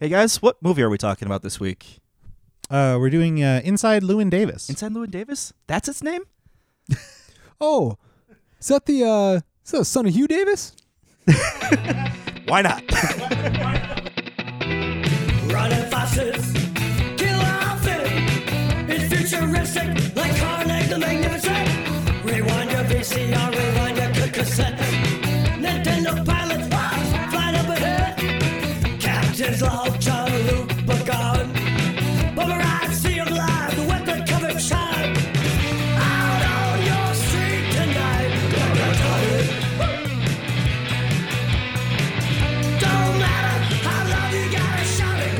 Hey guys, what movie are we talking about this week? Uh, we're doing uh, Inside Lewin Davis. Inside Llewyn Davis? That's its name? Oh, is that the uh, is that the son of Hugh Davis? Why not? Running foxes, killer outfit. It's futuristic, like Carnegie the Magnificent. Rewind your VCR, rewind your good cassette. Nintendo pilots, ah, flying up ahead. Captains log, John Luke, Bagon. Bubba Ride, Sea of Lies, the weapon covered shine. Out on your street tonight. Don't matter how loud you gotta shout it.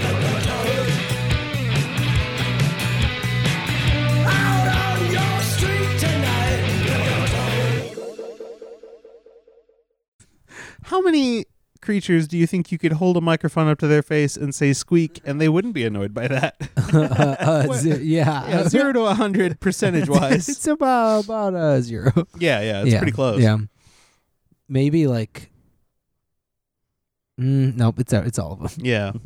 Out on your street tonight. How many creatures do you think you could hold a microphone up to their face and say squeak and they wouldn't be annoyed by that? Uh, uh, ze- yeah, Yeah, zero to a 100 percentage wise. it's about about uh, zero. yeah, yeah, it's yeah, pretty close. Yeah, maybe like. Mm, nope, it's it's all of them. Yeah.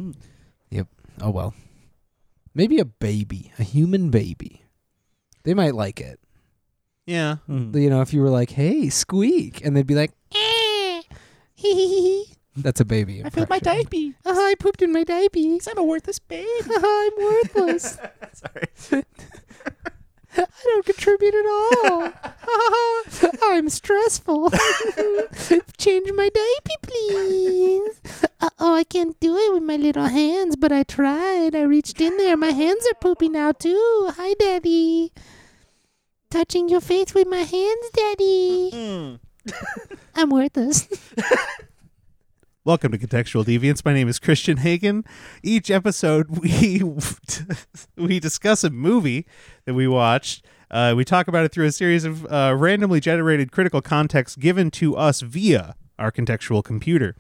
Oh well, maybe a baby, a human baby. They might like it. Yeah. You know, if you were like, "Hey, squeak," and they'd be like, "Eh, hee hee hee." hee." That's a baby. I filled my diaper. Uh-huh, I pooped in my diaper. I'm a worthless babe. Uh-huh, I'm worthless. Sorry. I don't contribute at all. I'm stressful. Change my diaper, please. Uh oh, I can't do it with my little hands, but I tried. I reached in there. My hands are poopy now, too. Hi, Daddy. Touching your face with my hands, Daddy. I'm worthless. Welcome to Contextual Deviance. My name is Christian Hagen. Each episode, we we discuss a movie that we watched. Uh, we talk about it through a series of uh, randomly generated critical context given to us via our contextual computer.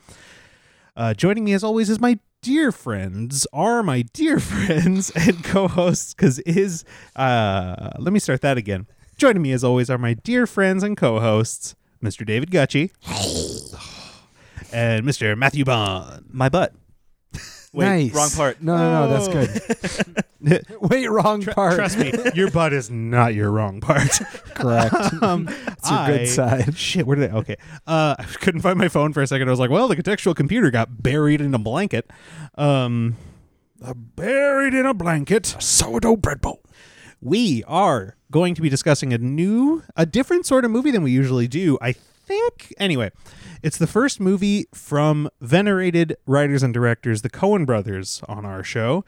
Uh, joining me, as always, is my dear friends, are my dear friends and co-hosts, because is uh, let me start that again. Joining me, as always, are my dear friends and co-hosts, Mr. David Gucci and Mr. Matthew Bond. My butt. Wait, wrong part. No, no, no, that's good. Wait, wrong part. Trust me, your butt is not your wrong part. Correct. Um, It's your good side. Shit, where did I? Okay, uh, I couldn't find my phone for a second. I was like, well, the contextual computer got buried in a blanket. Um, uh, buried in a blanket. Sourdough bread bowl. We are going to be discussing a new, a different sort of movie than we usually do. I think. Anyway, it's the first movie from venerated writers and directors, the Coen brothers, on our show.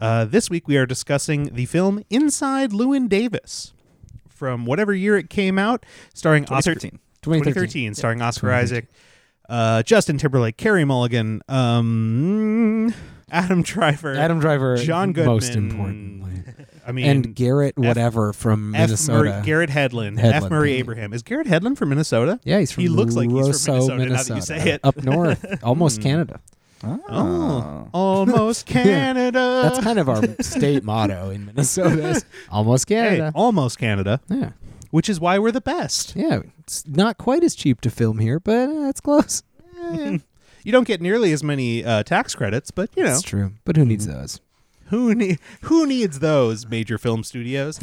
Uh, this week we are discussing the film Inside Lewin Davis from whatever year it came out, starring Oscar- 2013. 2013. 2013, starring Oscar Isaac, uh, Justin Timberlake, Carrie Mulligan, um, Adam Driver, Adam Driver. John Goodman, Most importantly. I mean, and Garrett whatever from F. Minnesota. Murray, Garrett Hedlund, Hedlund, F. Murray thank you. Abraham. Is Garrett Hedlund from Minnesota? yeah, he's from He looks like he's from Minnesota, now Roseau, that you Minnesota say it. Hmm. up north, almost Canada. Oh, almost Canada. That's kind of our state motto in Minnesota. is Almost hey, Canada. almost Canada, yeah. which is why we're the best. Yeah, it's not quite as cheap to film here, but uh, it's close. You don't get nearly as many uh, tax credits, but you know That's true. But who needs those? who ne- who needs those major film studios?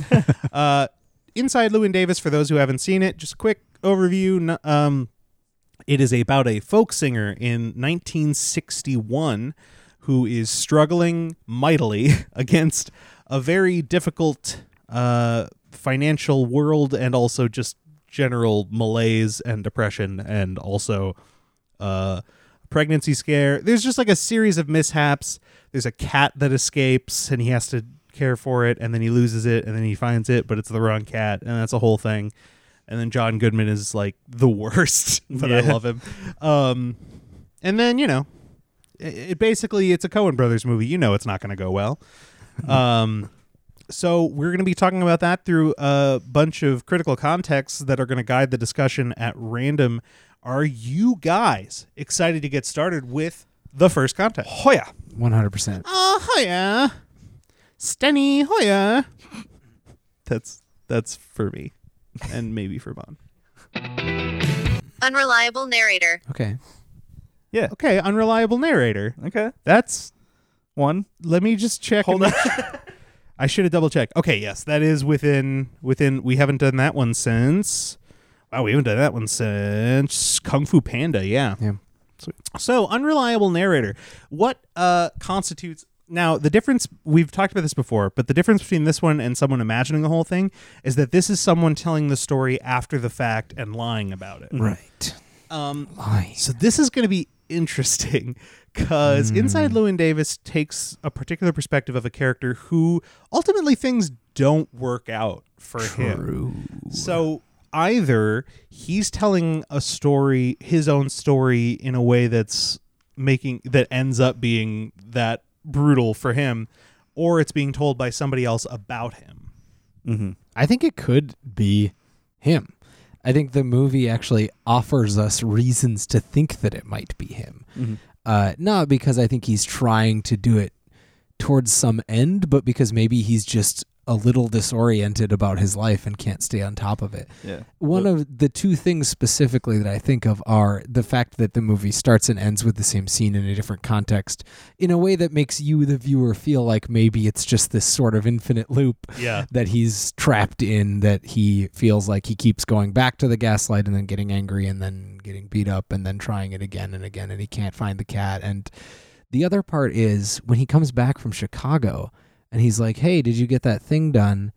uh, Inside Lewin Davis, for those who haven't seen it, just a quick overview. N- Um, it is about a folk singer in 1961 who is struggling mightily against a very difficult uh, financial world and also just general malaise and depression and also uh, pregnancy scare. There's just like a series of mishaps. There's a cat that escapes and he has to care for it, and then he loses it, and then he finds it, but it's the wrong cat, and that's a whole thing. And then John Goodman is like the worst, but I love him. Um, and then you know, it, it basically it's a Cohen Brothers movie. You know, it's not going to go well. Um, so we're going to be talking about that through a bunch of critical contexts that are going to guide the discussion at random. Are you guys excited to get started with the first context? Hoya. One hundred percent. Oh, Hoya. Stenny Hoya. That's that's for me and maybe for Bon. Unreliable narrator. Okay. Yeah. Okay, unreliable narrator. Okay. That's one? Let me just check. Hold and on. make I should have double checked. Okay, yes, that is within within. We haven't done that one since. Wow, we haven't done that one since Kung Fu Panda. Yeah. Yeah. Sweet. So unreliable narrator. What uh constitutes now the difference? We've talked about this before, but the difference between this one and someone imagining the whole thing is that this is someone telling the story after the fact and lying about it. Right. Hmm. Um, Lying. so this is going to be interesting because inside Hmm. Lewin Davis takes a particular perspective of a character who ultimately things don't work out for him. True. So either he's telling a story, his own story, in a way that's making that ends up being that brutal for him, or it's being told by somebody else about him. I think it could be him. I think the movie actually offers us reasons to think that it might be him. Uh, not because I think he's trying to do it towards some end, but because maybe he's just a little disoriented about his life and can't stay on top of it. Yeah. One of the two things specifically that I think of are the fact that the movie starts and ends with the same scene in a different context in a way that makes you, the viewer, feel like maybe it's just this sort of infinite loop Yeah. that he's trapped in that he feels like he keeps going back to the gaslight and then getting angry and then getting beat up and then trying it again and again and he can't find the cat and the other part is when he comes back from Chicago and he's like, "Hey, did you get that thing done?"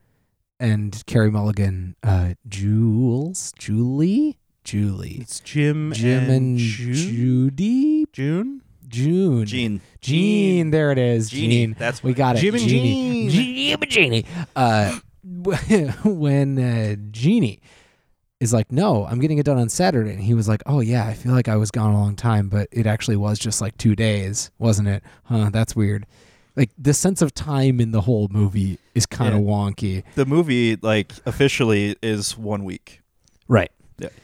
and Carrie Mulligan, uh, Jules, Julie, Julie, It's Jim, Jim and June. Judy, June? June, Gene. Gene, there it is. Jeannie, Gene. that's we got it. Jim and Jeannie. Jim and Jeannie. Uh, when uh, Jeannie is like, no, I'm getting it done on Saturday, and he was like, oh yeah, I feel like I was gone a long time, but it actually was just like two days, wasn't it? Huh? That's weird. Like the sense of time in the whole movie is kind of Yeah. wonky. The movie, like, officially is one week. Right.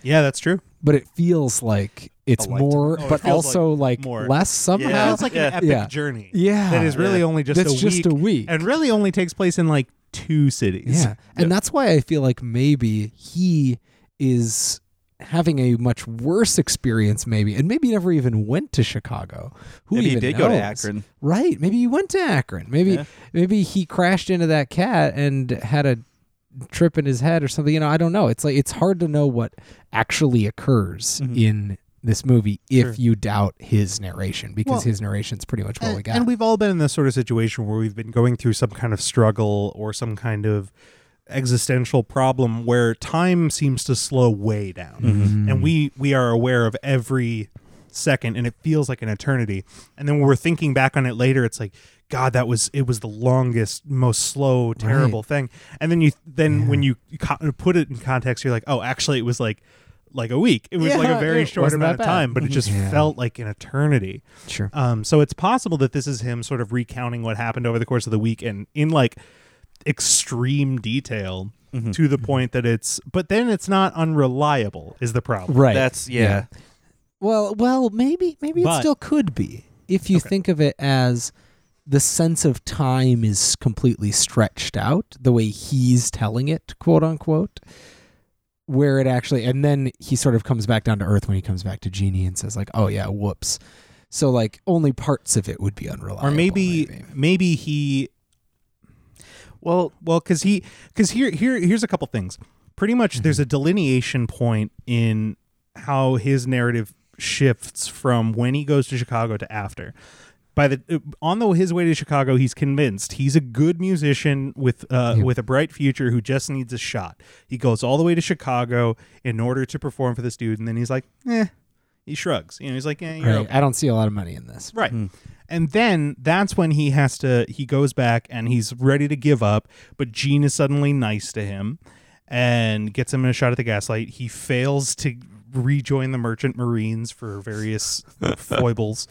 Yeah, that's true. But it feels like it's A lifetime. more, Oh, it but feels also like, more. less somehow. Yeah. It feels like an epic Yeah. journey. Yeah. that is really Yeah. only just That's a just week, a week. and really only takes place in like two cities. Yeah. And that's why I feel like maybe he is having a much worse experience, maybe. And maybe he never even went to Chicago. Who Maybe he even did go to knows? Akron. Right. Maybe he went to Akron. Maybe Yeah. maybe he crashed into that cat and had a trip in his head or something. You know, I don't know. It's like it's hard to know what actually occurs Mm-hmm. in this movie if you doubt his narration because Well, his narration's pretty much what and, we got. and we've all been in this sort of situation where we've been going through some kind of struggle or some kind of existential problem where time seems to slow way down, Mm-hmm. and we we are aware of every second, and it feels like an eternity. And then when we're thinking back on it later, it's like. God, that was it. Was the longest, most slow, terrible thing. And then you, then when you co- put it in context, you're like, oh, actually, it was like, like a week. It was like Yeah, a very it short wasn't that amount of bad. Mm-hmm. time, but it just Yeah. felt like an eternity. sure. Um, so it's possible that this is him sort of recounting what happened over the course of the week and in like extreme detail to the point that it's, but then it's not unreliable, is the problem. Right. That's, yeah. Well, well, maybe maybe But- it still could be if you think of it as the sense of time is completely stretched out the way he's telling it, quote unquote. Where it actually, and then he sort of comes back down to earth when he comes back to Genie and says like, "Oh yeah, whoops." So like only parts of it would be unreliable, Or maybe, maybe. maybe he, Well, well, because he, because here, here, here's a couple things. Pretty much, there's a delineation point in how his narrative shifts from when he goes to Chicago to after. By the uh, on the his way to Chicago, he's convinced he's a good musician with uh, with a bright future who just needs a shot. He goes all the way to Chicago in order to perform for this dude, and then he's like, eh. He shrugs. You know, he's like, eh, you're Right. okay. I don't see a lot of money in this. Right. And then that's when he has to he goes back and he's ready to give up, but Gene is suddenly nice to him and gets him in a shot at the gaslight. He fails to rejoin the merchant marines for various foibles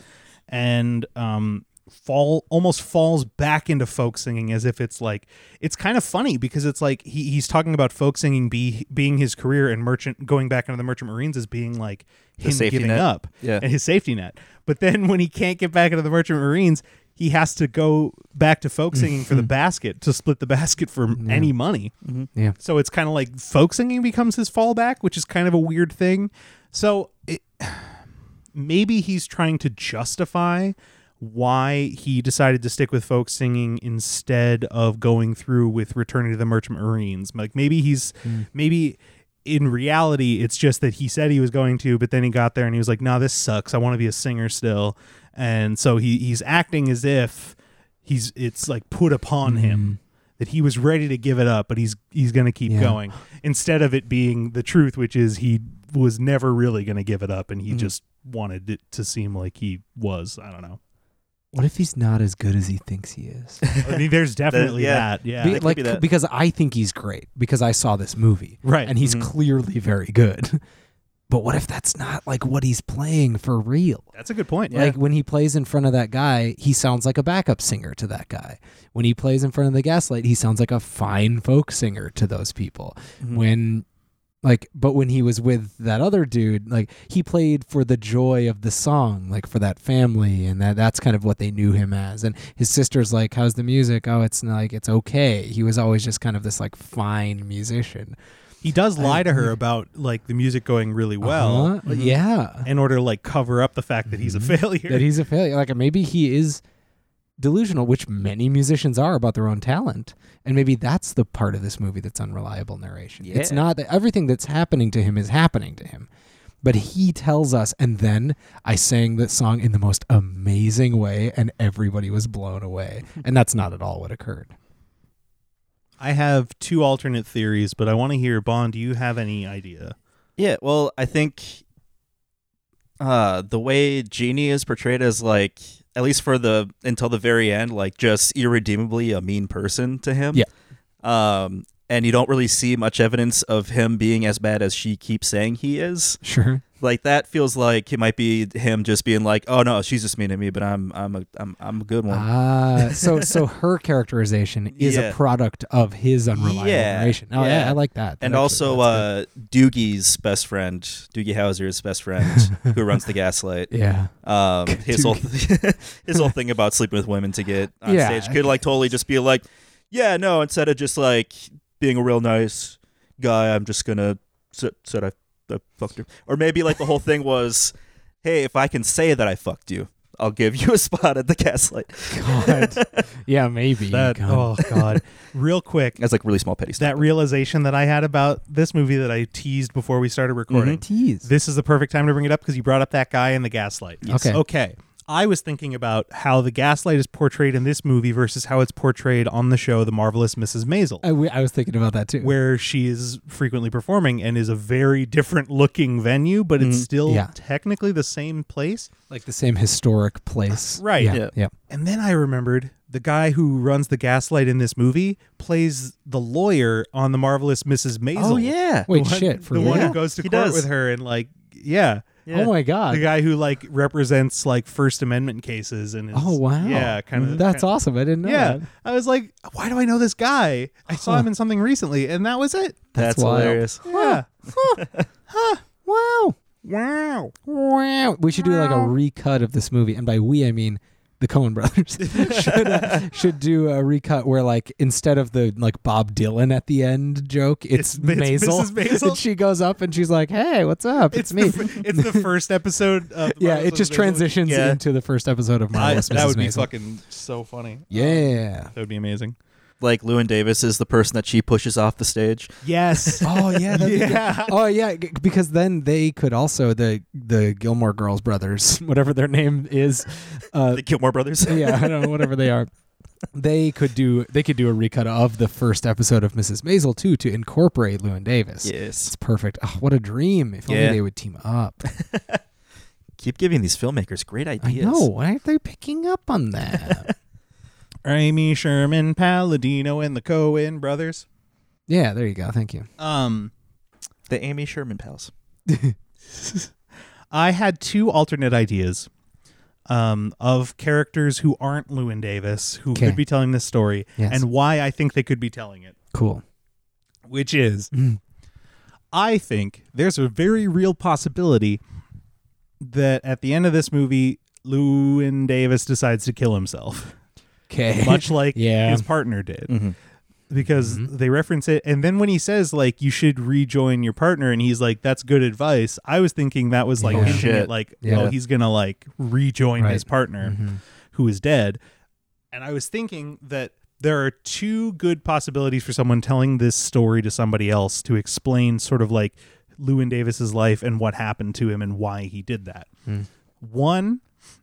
and um fall almost falls back into folk singing as if it's like it's kind of funny because it's like he, he's talking about folk singing be, being his career and merchant going back into the merchant marines as being like him safety giving net. up Yeah. and his safety net. But then when he can't get back into the Merchant Marines, he has to go back to folk singing for the Mm-hmm. basket to split the basket for any money. Yeah. So it's kind of like folk singing becomes his fallback, which is kind of a weird thing. So it, maybe he's trying to justify why he decided to stick with folk singing instead of going through with returning to the merchant marines like maybe he's maybe in reality it's just that he said he was going to but then he got there and he was like nah this sucks i want to be a singer still and so he he's acting as if he's it's like put upon him that he was ready to give it up but he's he's going to keep Yeah. going instead of it being the truth which is he was never really going to give it up and he just wanted it to seem like he was i don't know What if he's not as good as he thinks he is? I mean, there's definitely yeah. that. Yeah. Be- could like be that. because I think he's great because I saw this movie. Right. And he's Mhm. clearly very good. But what if that's not like what he's playing for real? That's a good point. Like when he plays in front of that guy, he sounds like a backup singer to that guy. When he plays in front of the gaslight, he sounds like a fine folk singer to those people. When like but when he was with that other dude, like he played for the joy of the song, like for that family and that that's kind of what they knew him as. And his sister's like, "How's the music?" "Oh, it's like it's okay." He was always just kind of this like fine musician. he does lie to her about like the music going really well Uh-huh. yeah. in order to like cover up the fact that he's a failure. that he's a failure. Like maybe he is delusional, which many musicians are about their own talent, and maybe that's the part of this movie that's unreliable narration. It's Yeah. not that everything that's happening to him is happening to him. But he tells us, and then I sang that song in the most amazing way, and everybody was blown away. And that's not at all what occurred. I have two alternate theories, but I want to hear Bond. Do you have any idea? Yeah, well, I think uh the way Genie is portrayed as like at least for the until the very end, like just irredeemably a mean person to him. Yeah. Um and you don't really see much evidence of him being as bad as she keeps saying he is. Sure. Like that feels like it might be him just being like, "Oh no, she's just mean to me, but I'm I'm a I'm I'm a good one." Ah, so so her characterization is Yeah. a product of his unreliable Yeah, narration. Oh yeah. yeah. I like that. and That actually- also that's uh Doogie's best friend, Doogie Hauser's best friend who runs the gaslight. good. yeah. um his whole his whole thing about sleeping with women to get on Yeah, stage could like totally just be like yeah no instead of just like being a real nice guy i'm just gonna s- said I, I fucked her or maybe like the whole thing was hey if i can say that i fucked you i'll give you a spot at the gaslight God. Yeah, maybe. That God. oh god. Real quick, that's like really small petty stuff that realization that I had about this movie that I teased before we started recording. Mm-hmm. Tease. This is the perfect time to bring it up because you brought up that guy in the gaslight. Yes. Okay. Okay. I was thinking about how the gaslight is portrayed in this movie versus how it's portrayed on the show The Marvelous Mrs. Maisel. I, w- I was thinking about that too. where she is frequently performing and is a very different looking venue, but it's still Mm, Yeah. technically the same place. like the same historic place. Uh, Right. Yeah. Yeah. yeah. And then I remembered the guy who runs the gaslight in this movie plays the lawyer on the marvelous Mrs. Maisel. oh yeah Wait, The one- shit. For the one real? who goes to He court does. with her and like, yeah, Oh my the God. guy who like represents like First Amendment cases and is, Oh, wow. Mm-hmm. yeah, kind of That's awesome. I didn't know yeah. that. I was like, why do I know this guy? I saw Huh. him in something recently, and that was it. That's that's, wild. hilarious Yeah, Wow. wow. Wow. We should do like a recut of this movie. And by we, I mean the Coen brothers should, uh, should do a recut where like instead of the like Bob Dylan at the end joke, it's, It's- it's Maisel. Mrs. Maisel. and she goes up and she's like, "Hey, what's up? It's, me." The, f- it's the first episode. Of yeah, it just transitions Yeah. into the first episode of I, Marvelous that Mrs. would be Maisel. fucking so funny. Yeah. That would be amazing. like lewin davis is the person that she pushes off the stage Yes. Oh yeah, that'd be good. Yeah. Oh yeah, g- because then they could also the the Gilmore Girls brothers, whatever their name is, uh, the gilmore brothers yeah, I don't know, whatever they are. They could do they could do a recut of the first episode of Mrs. Maisel too to incorporate Lewin Davis. yes It's perfect. Oh, what a dream! If only Yeah. they would team up. keep giving these filmmakers great I ideas know. Why aren't they picking up on that? Amy Sherman, Palladino, and the Cohen brothers. yeah, there you go. Thank you. Um, the amy sherman pals I had two alternate ideas um, of characters who aren't Lewin Davis who Okay. could be telling this story Yes. and why I think they could be telling it, Cool. which is Mm. I think there's a very real possibility that at the end of this movie, Lewin Davis decides to kill himself. Okay. much like Yeah. Mm-hmm. his partner did. Because they reference it, and then when he says like you should rejoin your partner, and he's like, "That's good advice." I was thinking that was like Yeah. hinting at, Shit. like, Yeah. "Oh, he's gonna like rejoin Right. Mm-hmm. his partner, who is dead. And I was thinking that there are two good possibilities for someone telling this story to somebody else to explain sort of like Lewin Davis's life and what happened to him and why he did that. One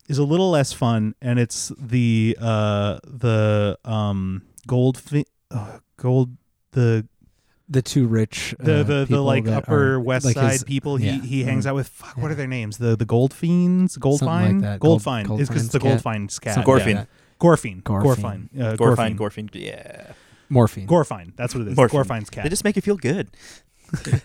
is a little less fun, and it's the uh, the um, gold fi- uh, gold the the two rich the uh, the, the people like that upper are- west like side his- people yeah. Mm-hmm. he, he hangs out with fuck what Yeah. are their names the the gold fiends gold Something like fine gold that. Gold- fine Gold is because Fine's the gold cat. fine's cat Something Gorfin. like that. gorfine gorfine Gorfine. uh, Gorfine, gorfine Gorfine, yeah. morphine. gorfine that's what it is Morphine. gorfine's cat They just make you feel good.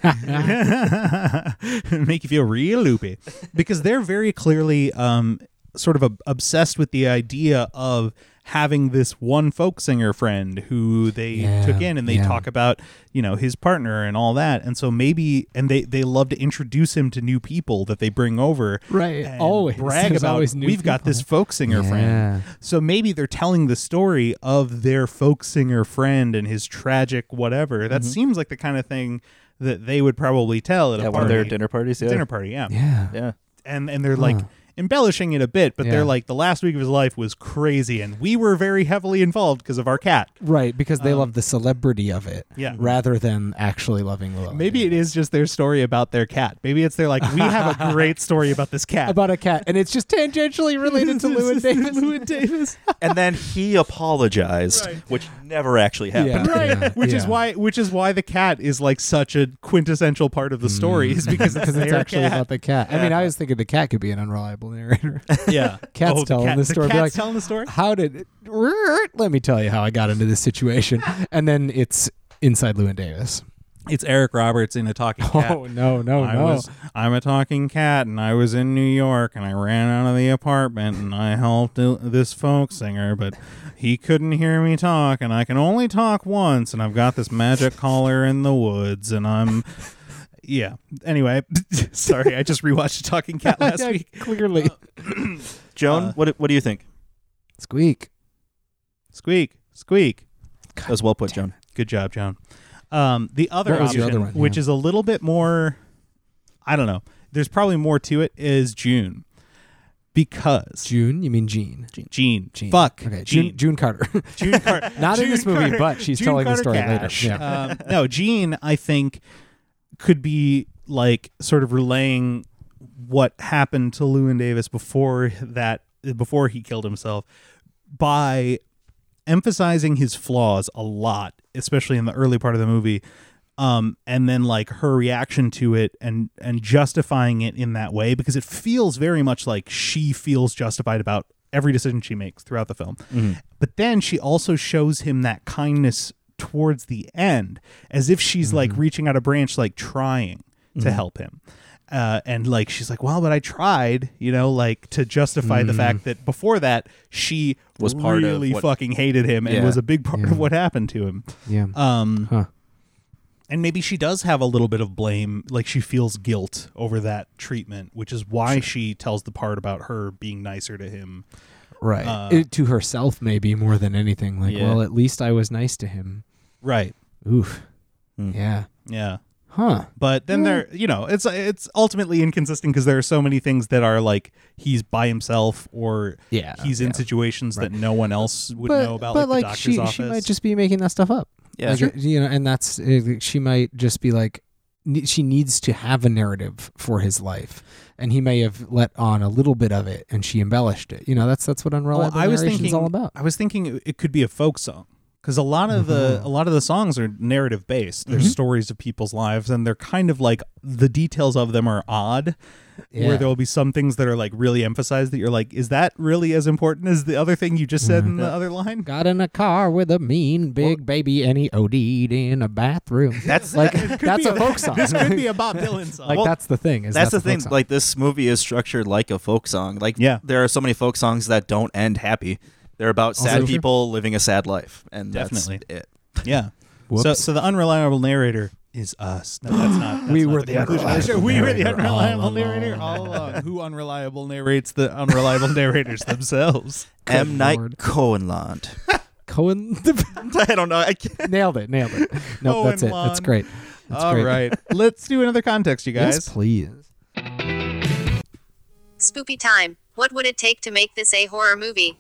make you feel real loopy because they're very clearly um, sort of ob- obsessed with the idea of having this one folk singer friend who they Yeah, took in and they yeah. talk about you know his partner and all that and so maybe and they they love to introduce him to new people that they bring over Right, and always. brag There's about always new we've got this folk singer friend Yeah. so maybe they're telling the story of their folk singer friend and his tragic whatever. Mm-hmm. That seems like the kind of thing that they would probably tell at At a one of party. their dinner parties, yeah. dinner party, yeah. Yeah. Yeah. And and they're like embellishing it a bit, but Yeah. they're like the last week of his life was crazy and we were very heavily involved because of our cat. Right, because they love the celebrity of it Um, Yeah. rather than actually loving Llewellyn. Maybe it is just their story about their cat. Maybe it's their like we have a great story about this cat. about a cat, and it's just tangentially related to Lewin Davis. Lewin Davis. and then he apologized, which never actually happened. Yeah, Right, yeah, which is yeah. why which is why the cat is like such a quintessential part of the story is because it's, because Mm. it's their actually cat. about the cat. I mean, I was thinking the cat could be an unreliable narrator. Yeah, Cat's Oh, telling the story. The Be cat's like, telling the story. how did? Let me tell you how I got into this situation, and then it's inside Lewin Davis. It's Eric Roberts in a talking cat. Oh no, no, I no! was I'm a talking cat, and I was in New York, and I ran out of the apartment, and I helped i- this folk singer, but he couldn't hear me talk, and I can only talk once, and I've got this magic collar in the woods, and I'm. Yeah. Anyway, sorry, I just rewatched Talking Cat last Yeah, week. clearly, Joan, Uh, what what do you think? squeak. Squeak, squeak. That was well put, Joan. Good job, John. Um, the other What was option, your other one? which Yeah. is a little bit more, I don't know. There's probably more to it. Is June because June? You mean Jean? Gene, Jean. fuck, Okay, Gene, June. June Carter. June Carter. Not in June this movie, Carter- but she's June telling the Carter story later. Cash. Yeah. Um, no, Gene, I think, could be like sort of relaying what happened to Lewin Davis before that, before he killed himself, by emphasizing his flaws a lot, especially in the early part of the movie. Um, and then like her reaction to it and and justifying it in that way because it feels very much like she feels justified about every decision she makes throughout the film. Mm-hmm. But then she also shows him that kindness towards the end as if she's like Mm-hmm. reaching out a branch like trying to help him. Uh, and like she's like, well, but I tried, you know, like to justify the fact that before that she Mm-hmm. Was part of really what- fucking hated him and Yeah. was a big part Yeah. of what happened to him. yeah. Um, Huh. and maybe she does have a little bit of blame, like she feels guilt over that treatment, which is why she tells the part about her being nicer to him. Right. uh, It- to herself, maybe more than anything. Like, Yeah. well, at least I was nice to him. Right. Oof. Hmm. Yeah. Yeah. Huh. But then there, you know, it's it's ultimately inconsistent because there are so many things that are like he's by himself or Yeah, he's in yeah, situations that no one else would but know about, but like, like, the doctor's she office. she might just be making that stuff up. Yeah, Like, sure. You know, and that's uh, she might just be like ne- she needs to have a narrative for his life, and he may have let on a little bit of it, and she embellished it. You know, that's that's what unreliable I was narration's thinking all about. I was thinking it- it could be a folk song because a lot of the a lot of the songs are narrative based. They're stories of people's lives, and they're kind of like the details of them are odd. Yeah. Where there will be some things that are like really emphasized that you're like, is that really as important as the other thing you just said in the other line? Got in a car with a mean big baby, and he OD'd in a bathroom. That's like that's a folk song. This could be a Bob Dylan song. like Well, that's the thing. Is That's, the that's a folk thing. song. Like this movie is structured like a folk song. Like Yeah. there are so many folk songs that don't end happy. They're about sad true. people living a sad life, and Definitely. that's it. yeah. So, Whoops. so the unreliable narrator is us. No, that's not. That's We not were the conclusion of unreliable show. We were the Oh, narrator all unreliable along. narrator all along. Who unreliable narrates the unreliable narrators themselves? M. Night Lord. Cohenland. Cohen I don't know. I can't. nailed it, nailed it. No, Cohen that's it. That's Lon. great. That's All great. right. Let's do another context, you guys. Yes, please. Spoopy time. What would it take to make this a horror movie?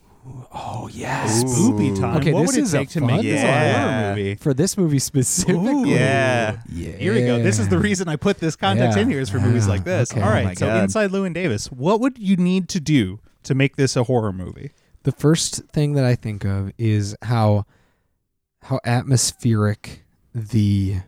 Oh yes. Spoopy time. Okay, what this would it is a take to fun make this a Yeah. horror movie? For this movie specifically. Ooh. Yeah. Yeah. Here we go. This is the reason I put this context Yeah. in here is for movies Yeah. like this. Okay. All Oh my right. so God. inside Lewin Davis, what would you need to do to make this a horror movie? The first thing that I think of is how how atmospheric the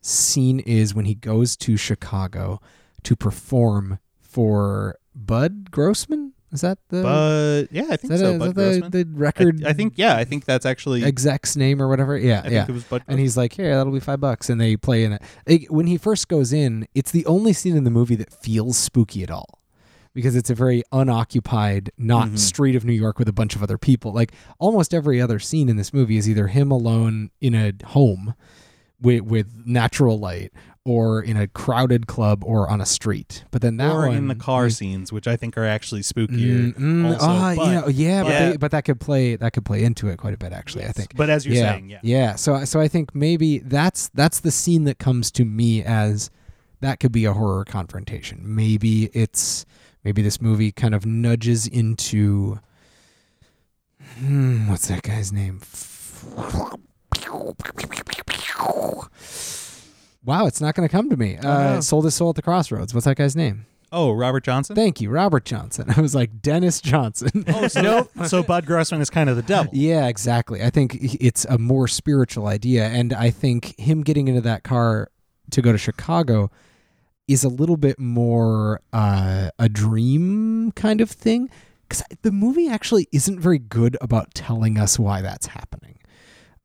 scene is when he goes to Chicago to perform for Bud Grossman. Is that the But yeah, I Uh, is think that, so. a- Bud is that Grossman. the, the record? I, I think yeah. I think that's actually. exec's name or whatever. Yeah, I yeah. think it was Bud. and he's like, "Here, that'll be five bucks." And they play in it. It- When he first goes in, it's the only scene in the movie that feels spooky at all, because it's a very unoccupied, not Mm-hmm. street of New York with a bunch of other people. Like almost every other scene in this movie is either him alone in a home with, with natural light, or in a crowded club, or on a street. But then that or one in the car scenes, which I think are actually spookier. Mm, mm, also, ah, but, yeah, yeah, but, but- they, but that could play that could play into it quite a bit actually. I think but as you're yeah, saying, yeah. So so I think maybe that's that's the scene that comes to me as that could be a horror confrontation. Maybe it's maybe this movie kind of nudges into hmm, what's that guy's name? Wow, it's not going to come to me. Uh, sold his soul at the crossroads. What's that guy's name? Oh, Robert Johnson. Thank you, Robert Johnson. I was like Dennis Johnson. oh, so, nope. so Bud Grossman is kind of the devil. Yeah, exactly. I think h- it's a more spiritual idea. And I think him getting into that car to go to Chicago is a little bit more uh, a dream kind of thing. Because the movie actually isn't very good about telling us why that's happening.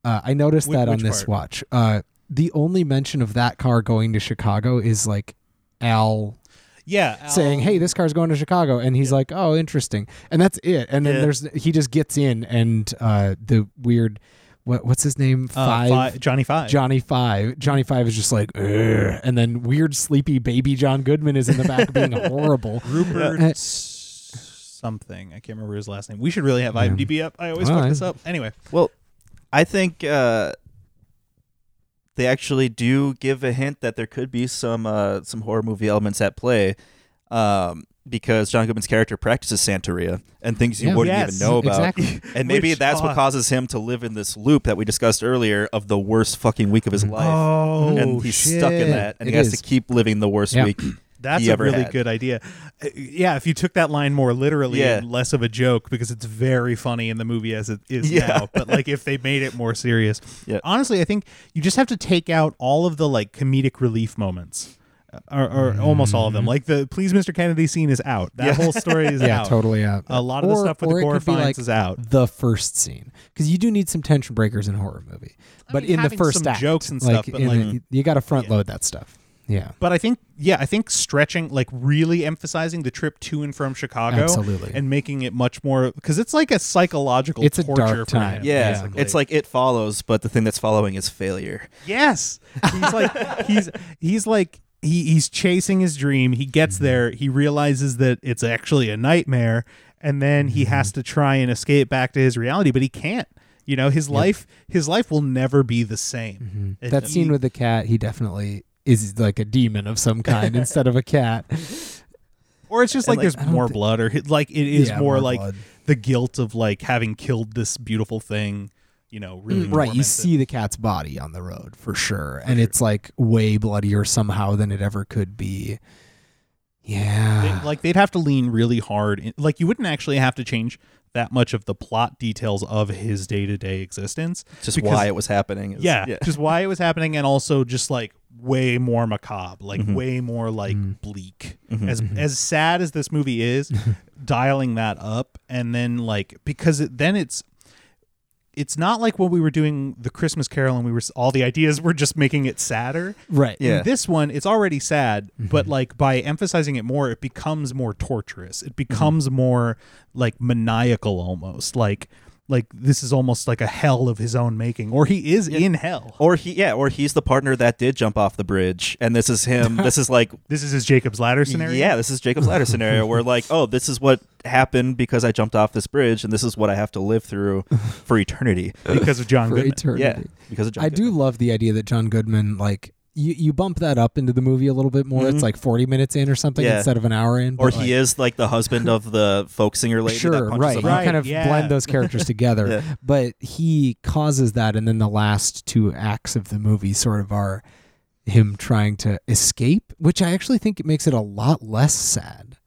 Uh, I noticed Whi- that on which this part? watch. Uh, the only mention of that car going to Chicago is like Al Yeah, um, Al- saying, "Hey, this car's going to Chicago," and he's like, "Oh, interesting," and that's it. And then Yeah. there's he just gets in, and uh, the weird, what what's his name? uh, Five. Fi- Johnny Five. Johnny Five. Johnny Five is just like, "Ugh," and then weird sleepy baby John Goodman is in the back being horrible. Rupert Uh, s- something. I can't remember his last name. We should really have IMDb up. I always Well, fuck I- this up. Anyway, Well, I think uh, they actually do give a hint that there could be some uh, some horror movie elements at play, um, because John Goodman's character practices Santeria and things you Yeah. wouldn't Yes. even know about. Exactly. And maybe Which, that's uh, what causes him to live in this loop that we discussed earlier of the worst fucking week of his life. oh, and he's stuck in shit. that, and he It has is. to keep living the worst Yeah. week. that's he a ever really had. good idea. Uh, Yeah, if you took that line more literally Yeah. and less of a joke, because it's very funny in the movie as it is Yeah. now. But like, if they made it more serious, Yeah. honestly, I think you just have to take out all of the like comedic relief moments. uh, Or, or almost all of them. Like the please, Mr. Kennedy scene is out. That whole story is Mm-hmm. yeah, out. totally out. A lot of the Or- stuff with the or it could be glorifiance like is out. The first scene, because you do need some tension breakers in a horror movie, but mean, in the having first some act, jokes and like, stuff, but in like- the- you got to front load that stuff. Yeah. But I think, yeah, I think stretching, like really emphasizing the trip to and from Chicago, Absolutely. and making it much more because it's like a psychological. It's a torture dark for time. him, Yeah, basically. it's like it follows, but the thing that's following is failure. yes, he's like he's he's like he, he's chasing his dream. He Mm-hmm. gets there, he realizes that it's actually a nightmare, and then Mm-hmm. he has to try and escape back to his reality, but he can't. You know, his life his life will never be the same. And Mm-hmm. that he- scene with the cat, he definitely is like a demon of some kind instead of a cat. or it's just like, like, I there's more blood or like it is Yeah, more, more like blood. the guilt of like having killed this beautiful thing you know really Mm, right, tormented. you see the cat's body on the road for sure, and it's like way bloodier somehow than it ever could be. They- Yeah, like they'd have to lean really hard in, like you wouldn't actually have to change that much of the plot details of his day-to-day existence Just because- why it was happening. Is, yeah, just why it was happening and also just like way more macabre like way more like bleak as as sad as this movie is dialing that up and then like because it, then it's it's not like when we were doing the christmas carol and we were s- all the ideas were just making it sadder right. Yeah. Mm-hmm. In this one it's already sad but like by emphasizing it more it becomes more torturous Mm-hmm. it becomes more like maniacal almost like like this is almost like a hell of his own making or he is in hell Or he, yeah, or he's the partner that did jump off the bridge, and this is him. this is like, this is his jacob's ladder scenario yeah, this is Jacob's ladder scenario, where like, oh, this is what happened because I jumped off this bridge, and this is what I have to live through for eternity. because of john For Goodman. eternity. Yeah, because of John I Goodman. do love the idea that John Goodman, like, you, you bump that up into the movie a little bit more. It's like 40 minutes in or something Mm-hmm. Yeah. instead of an hour in. Or but, like, he is like the husband of the folk singer lady. Sure, that punches right. You him out. kind of yeah. blend those characters together. Yeah. But he causes that, and then the last two acts of the movie sort of are him trying to escape, which I actually think it makes it a lot less sad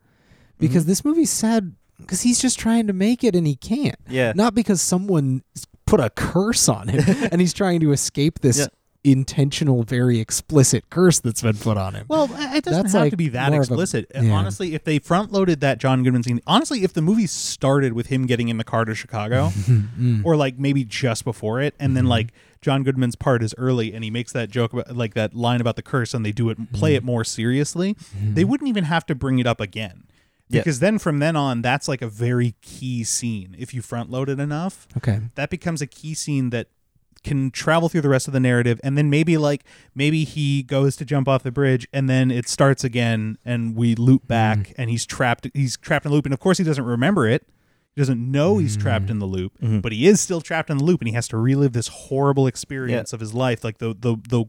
because Mm-hmm. this movie's sad because he's just trying to make it and he can't. Yeah. Not because someone s- put a curse on him and he's trying to escape this Yeah. intentional, very explicit curse that's been put on him. Well, I- it doesn't That's, have like, to be that more of a- explicit. Uh, yeah. Honestly, if they front loaded that John Goodman scene, honestly, if the movie started with him getting in the car to Chicago, Mm. or like maybe just before it, and then Mm-hmm. like John Goodman's part is early and he makes that joke about like that line about the curse and they do it play Mm. it more seriously, Mm-hmm. they wouldn't even have to bring it up again. Yeah. Because then from then on, that's like a very key scene. If you front load it enough, okay. that becomes a key scene that can travel through the rest of the narrative and then maybe like maybe he goes to jump off the bridge and then it starts again and we loop back and he's trapped he's trapped in the loop and of course he doesn't remember it he doesn't know he's trapped in the loop but he is still trapped in the loop and he has to relive this horrible experience of his life like the the the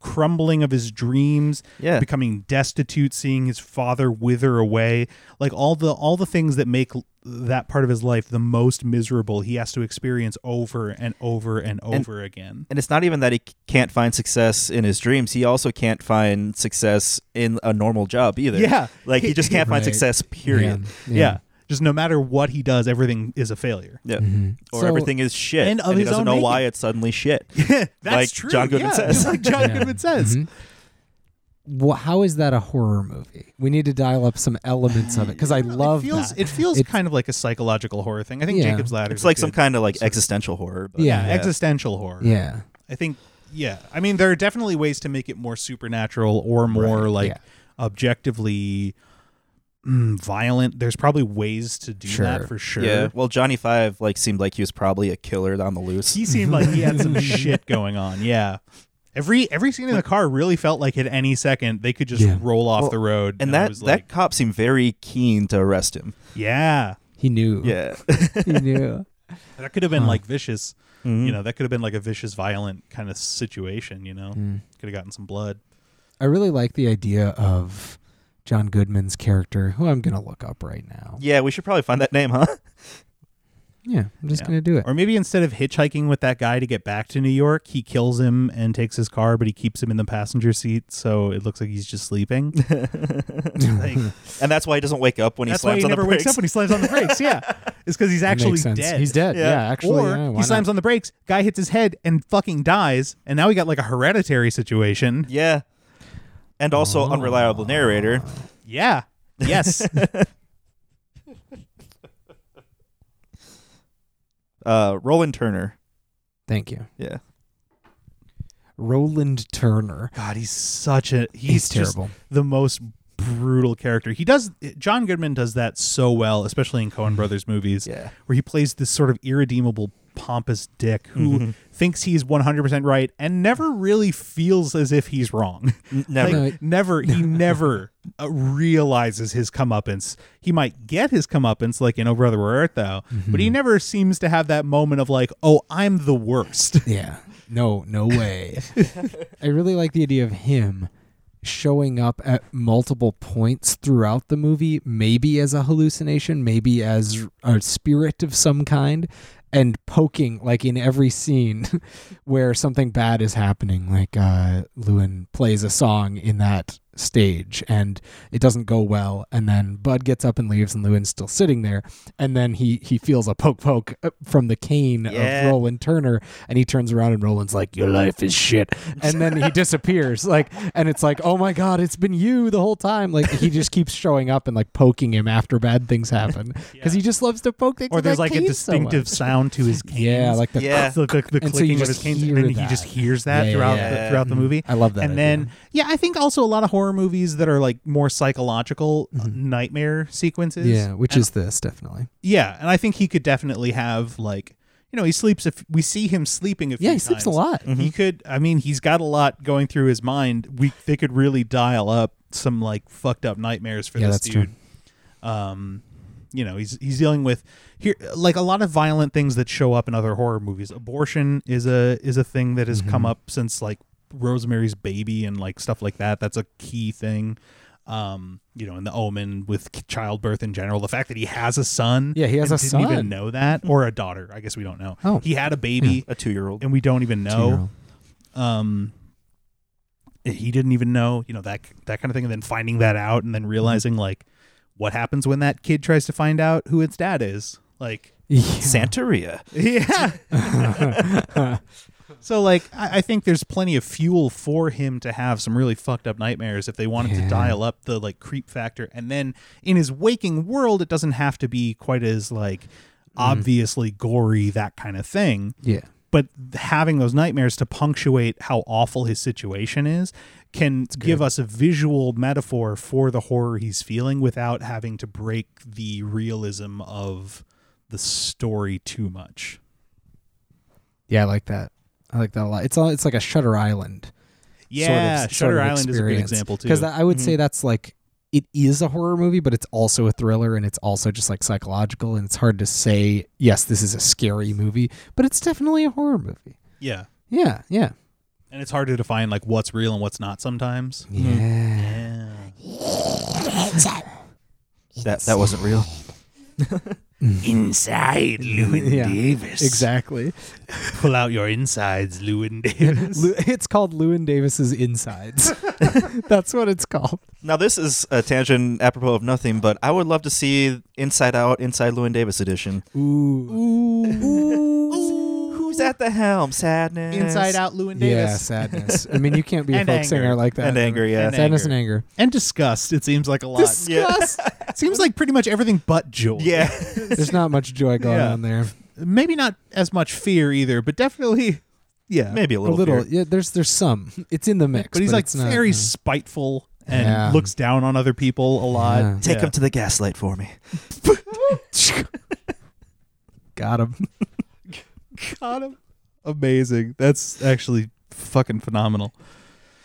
crumbling of his dreams Yeah. becoming destitute seeing his father wither away like all the all the things that make l- that part of his life the most miserable he has to experience over and over and over again and it's not even that he c- can't find success in his dreams. He also can't find success in a normal job either. Yeah. Like he just can't find Right. success, period. yeah. just no matter what he does everything is a failure Yeah. Or So- everything is shit. And of he his doesn't own know making. why it's suddenly shit. that's Like true John Goodman yeah, says. Mm-hmm. just like john Yeah. goodman says Mhm. Wha how is that a horror movie? We need to dial up some elements of it because I love it feels that. it feels It's- kind of like a psychological horror thing i think Yeah. jacob's ladder It's like some kind of like existential horror. But Yeah, yeah, existential horror yeah, I think yeah. I mean, there are definitely ways to make it more supernatural or more Right, like yeah. objectively mm, violent. There's probably ways to do that Sure. for sure. Yeah. Well, Johnny Five like seemed like he was probably a killer on the loose. He seemed like he had some shit going on. Yeah. Every every scene in the car really felt like at any second they could just Yeah. roll off Well, the road. and I that was that like, cop seemed very keen to arrest him. yeah, he knew. Yeah. he knew. that could have been like vicious. Mm-hmm. Hmm. You know, that could have been like a vicious, violent kind of situation. You know, could have gotten some blood. I really like the idea of John Goodman's character, who I'm gonna look up right now. yeah. We should probably find that name, huh? Yeah, I'm just Yeah. gonna do it. Or maybe instead of hitchhiking with that guy to get back to New York, he kills him and takes his car, but he keeps him in the passenger seat, so it looks like he's just sleeping. Like, And that's why he doesn't wake up when he that's why slams he on never the brakes. wakes up when he slams on the brakes. Yeah, it's because he's That actually makes sense. dead. He's dead. Yeah. Yeah, actually, or yeah, why he slams not? on the brakes. Guy hits his head and fucking dies, and now we got like a hereditary situation. yeah. And also unreliable narrator. Yeah. Oh. Yes. Uh, Roland Turner. Thank you, Yeah. Roland Turner. God, he's such a he's, He's, just terrible. the most brutal character. He does John Goodman does that so well, especially in Coen Brothers movies. Mm-hmm. Yeah. where he plays this sort of irredeemable pompous dick who Mm-hmm. thinks he's 100% right and never really feels as if he's wrong N- never. like, No. never he never uh, realizes his comeuppance he might get his comeuppance like in oh brother where art thou Mm-hmm. but he never seems to have that moment of like oh i'm the worst Yeah. No, no way. I really like the idea of him showing up at multiple points throughout the movie, maybe as a hallucination, maybe as a spirit of some kind, and poking like in every scene where something bad is happening. Like uh Lewin plays a song in that stage and it doesn't go well and then Bud gets up and leaves and Lewin's still sitting there and then he he feels a poke poke uh, from the cane Yeah. of Roland Turner and he turns around and Roland's like your life is shit and then he disappears like and it's like oh my god it's been you the whole time like he just keeps showing up and like poking him after bad things happen because he just loves to poke things or with there's that like a cane so much. distinctive sound to his canes. yeah like the Yeah. the, the, the And so clicking you of his just canes, and hear then he that. just hears that Yeah, yeah, Mm-hmm. throughout yeah. The, throughout the movie. I love that And idea. then, yeah, I think also a lot of horror movies that are like more psychological uh, nightmare sequences. Mm-hmm. yeah which And- is this definitely yeah, and I think he could definitely have like you know he sleeps if we see him sleeping a few yeah he sleeps a times. lot Mm-hmm. He could, I mean, he's got a lot going through his mind. We they could really dial up some like fucked up nightmares for Yeah, this that's dude. Um, you know, he's he's dealing with here like a lot of Mm-hmm. violent things that show up in other horror movies. Abortion is a is a thing that has come up since like Rosemary's Baby and like stuff like that. That's a key thing. Um, you know, in the Omen with k- childbirth in general, the fact that he has a son. Yeah, he has and a Didn't even son. know that, or a daughter. I guess we don't know. Oh. he had a baby, a two year old. and we don't even know. Two-year-old. Um, he didn't even know. You know that that kind of thing, and then finding that out, and then realizing like what happens when that kid tries to find out who its dad is. Like Yeah. Santeria. yeah. so like I, I think there's plenty of fuel for him to have some really fucked up nightmares if they wanted to Yeah. dial up the like creep factor and then in his waking world it doesn't have to be quite as like obviously gory that kind of thing Yeah. but having those nightmares to punctuate how awful his situation is can give us a visual metaphor for the horror he's feeling without having to break the realism of the story too much. Yeah, I like that. I like that a lot. It's all, it's like a Shutter Island. Yeah, sort of, Shutter sort of Island is a good experience. Mm-hmm. example too. Because I would say that's like it is a horror movie, but it's also a thriller, and it's also just like psychological, and it's hard to say yes, this is a scary movie, but it's definitely a horror movie. yeah, Yeah, yeah, and it's hard to define like what's real and what's not sometimes. Mm-hmm. yeah. Yeah. That that wasn't real. Inside Lewin Yeah, Davis. Exactly. Pull out your insides, Lewin Davis. Lew- It's called Lewin Davis's Insides. That's what it's called. Now this is a tangent apropos of nothing, but I would love to see Inside Out, Inside Lewin Davis edition. Ooh. Who's, who's at the helm? Sadness. Inside Out Lewin Davis. Yeah, sadness. I mean, you can't be a And folk anger. singer like that. and anger. Yeah. And Sadness anger. and anger. and disgust. It seems like a lot. Disgust. seems like pretty much everything but joy. yeah. There's not much joy going Yeah. on there. maybe not as much fear either, but definitely, yeah, Maybe a A little. little. fear. Yeah, there's there's some. It's in the mix. But he's like it's not, very yeah. spiteful and Yeah. looks down on other people a lot. Yeah. Take him to the gaslight for me. Got him. got him. Amazing. That's actually fucking phenomenal.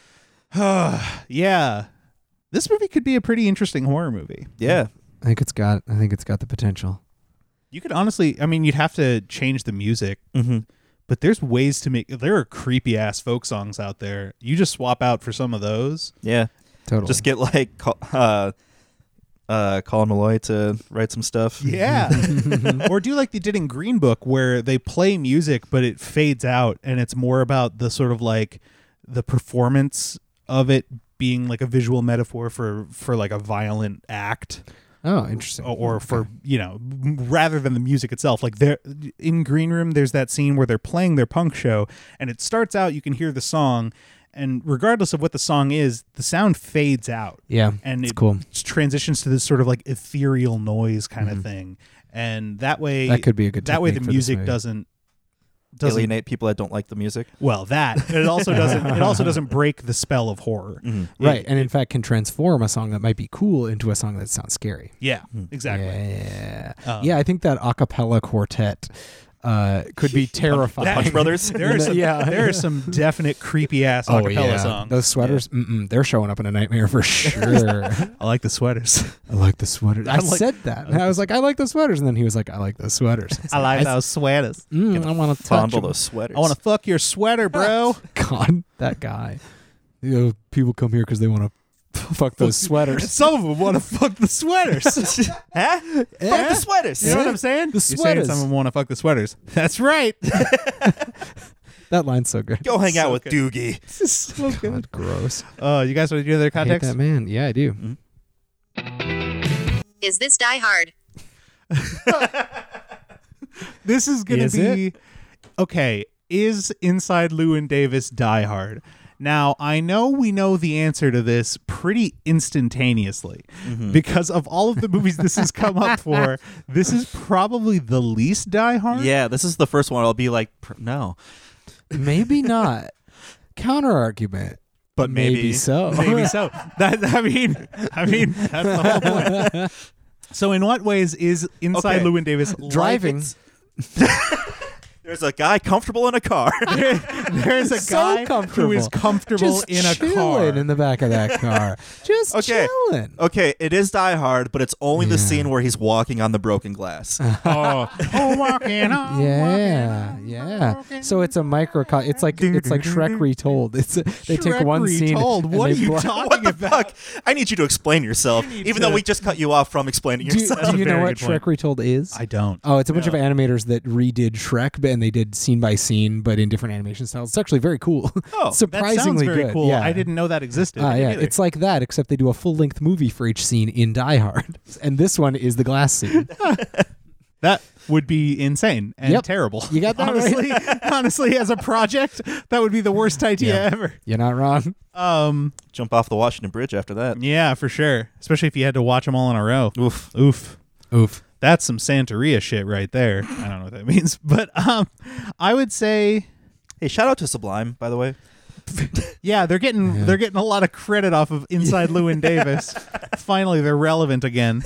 yeah, this movie could be a pretty interesting horror movie. Yeah. I think it's got. I think it's got the potential. You could honestly, I mean, you'd have to change the music Mm-hmm. but there's ways to make there are creepy ass folk songs out there you just swap out for some of those Yeah. Totally. Just get like call, uh, uh, Colin Malloy to write some stuff. yeah or do like they did in green book where they play music but it fades out and it's more about the sort of like the performance of it being like a visual metaphor for for like a violent act oh, interesting. or, or for you know m- rather than the music itself like there in green room there's that scene where they're playing their punk show and it starts out you can hear the song and regardless of what the song is the sound fades out Yeah, and it's it cool. transitions to this sort of like ethereal noise kind of thing and that way Mm-hmm. That could be a good that way the technique for this music movie. doesn't doesn't Alienate people that don't like the music. well that And it also doesn't it also doesn't break the spell of horror Mm. Mm-hmm. right, and in fact, can transform a song that might be cool into a song that sounds scary. yeah exactly Hmm. Yeah, Um, yeah. I think that a cappella quartet uh, could be terrifying. Punch Brothers. There are some, Yeah. there are some definite creepy ass Oh acapella yeah, songs. those sweaters. Mm-mm, they're showing up in a nightmare for sure. I like the sweaters. I like the sweaters. I, I like- said that, and I was like, I like the sweaters, and then he was like, I like the sweaters. was those sweaters. Mm, I want to touch Fondle 'em. those sweaters. I want to fuck your sweater, bro. God, that guy. You know, people come here because they want to fuck those sweaters. some of them want to fuck the sweaters. Huh? Fuck the sweaters. You know what I'm saying? The You're saying sweaters. some of them want to fuck the sweaters. That's right. That line's so good. Go hang out So with good. Doogie. so good. Oh, God, gross. Uh, you guys want to do another I hate that context? man. Yeah, I do. Mm-hmm. Is this Die Hard? This is gonna Is be okay. Is Inside Lewin Davis Die Hard? Now I know we know the answer to this pretty instantaneously Mm-hmm. because of all of the movies this has come up for. This is probably the least Die Hard. Yeah, this is the first one. I'll be like, pr- no. Maybe not. Counter argument. But maybe, maybe. so. Maybe so. That I mean, I mean that's the whole point. So in what ways is Inside Okay. Lewin Davis Driving. There's a guy comfortable in a car. There's a So guy who comfortable. is comfortable Just in a chilling car. in the back of that car. Just Okay. chilling. Oh. okay, it is Die Hard, but it's only the Yeah. scene where he's walking on the broken glass. oh, oh, walking on, walking Yeah, on. Yeah. So it's a microco It's like it's like Shrek retold. It's a, they Shrek took one scene. retold? and What they are you blo- What talking the about? fuck? I need you to explain yourself, even though to- we just cut you off from explaining Do, you- yourself. do you very know what good point. Shrek retold is? I don't. Oh, it's a bunch of animators that redid Shrek, but and they did scene by scene, but in different animation styles. It's actually very cool. Oh, that sounds surprisingly very good. cool. Yeah. I didn't know that existed. Ah, yeah, either. it's like that, except they do a full length movie for each scene in Die Hard, and this one is the glass scene. that would be insane and Yep. terrible. You got that right. honestly, honestly, as a project, that would be the worst idea Yeah. ever. You're not wrong. Um, Jump off the Washington Bridge after that. yeah, for sure. Especially if you had to watch them all in a row. Oof. Oof. Oof. That's some Santeria shit right there. I don't know what that means, but um, I would say, Hey, shout out to Sublime, by the way. yeah, they're getting they're getting a lot of credit off of Inside Lewin Davis. Finally, they're relevant again.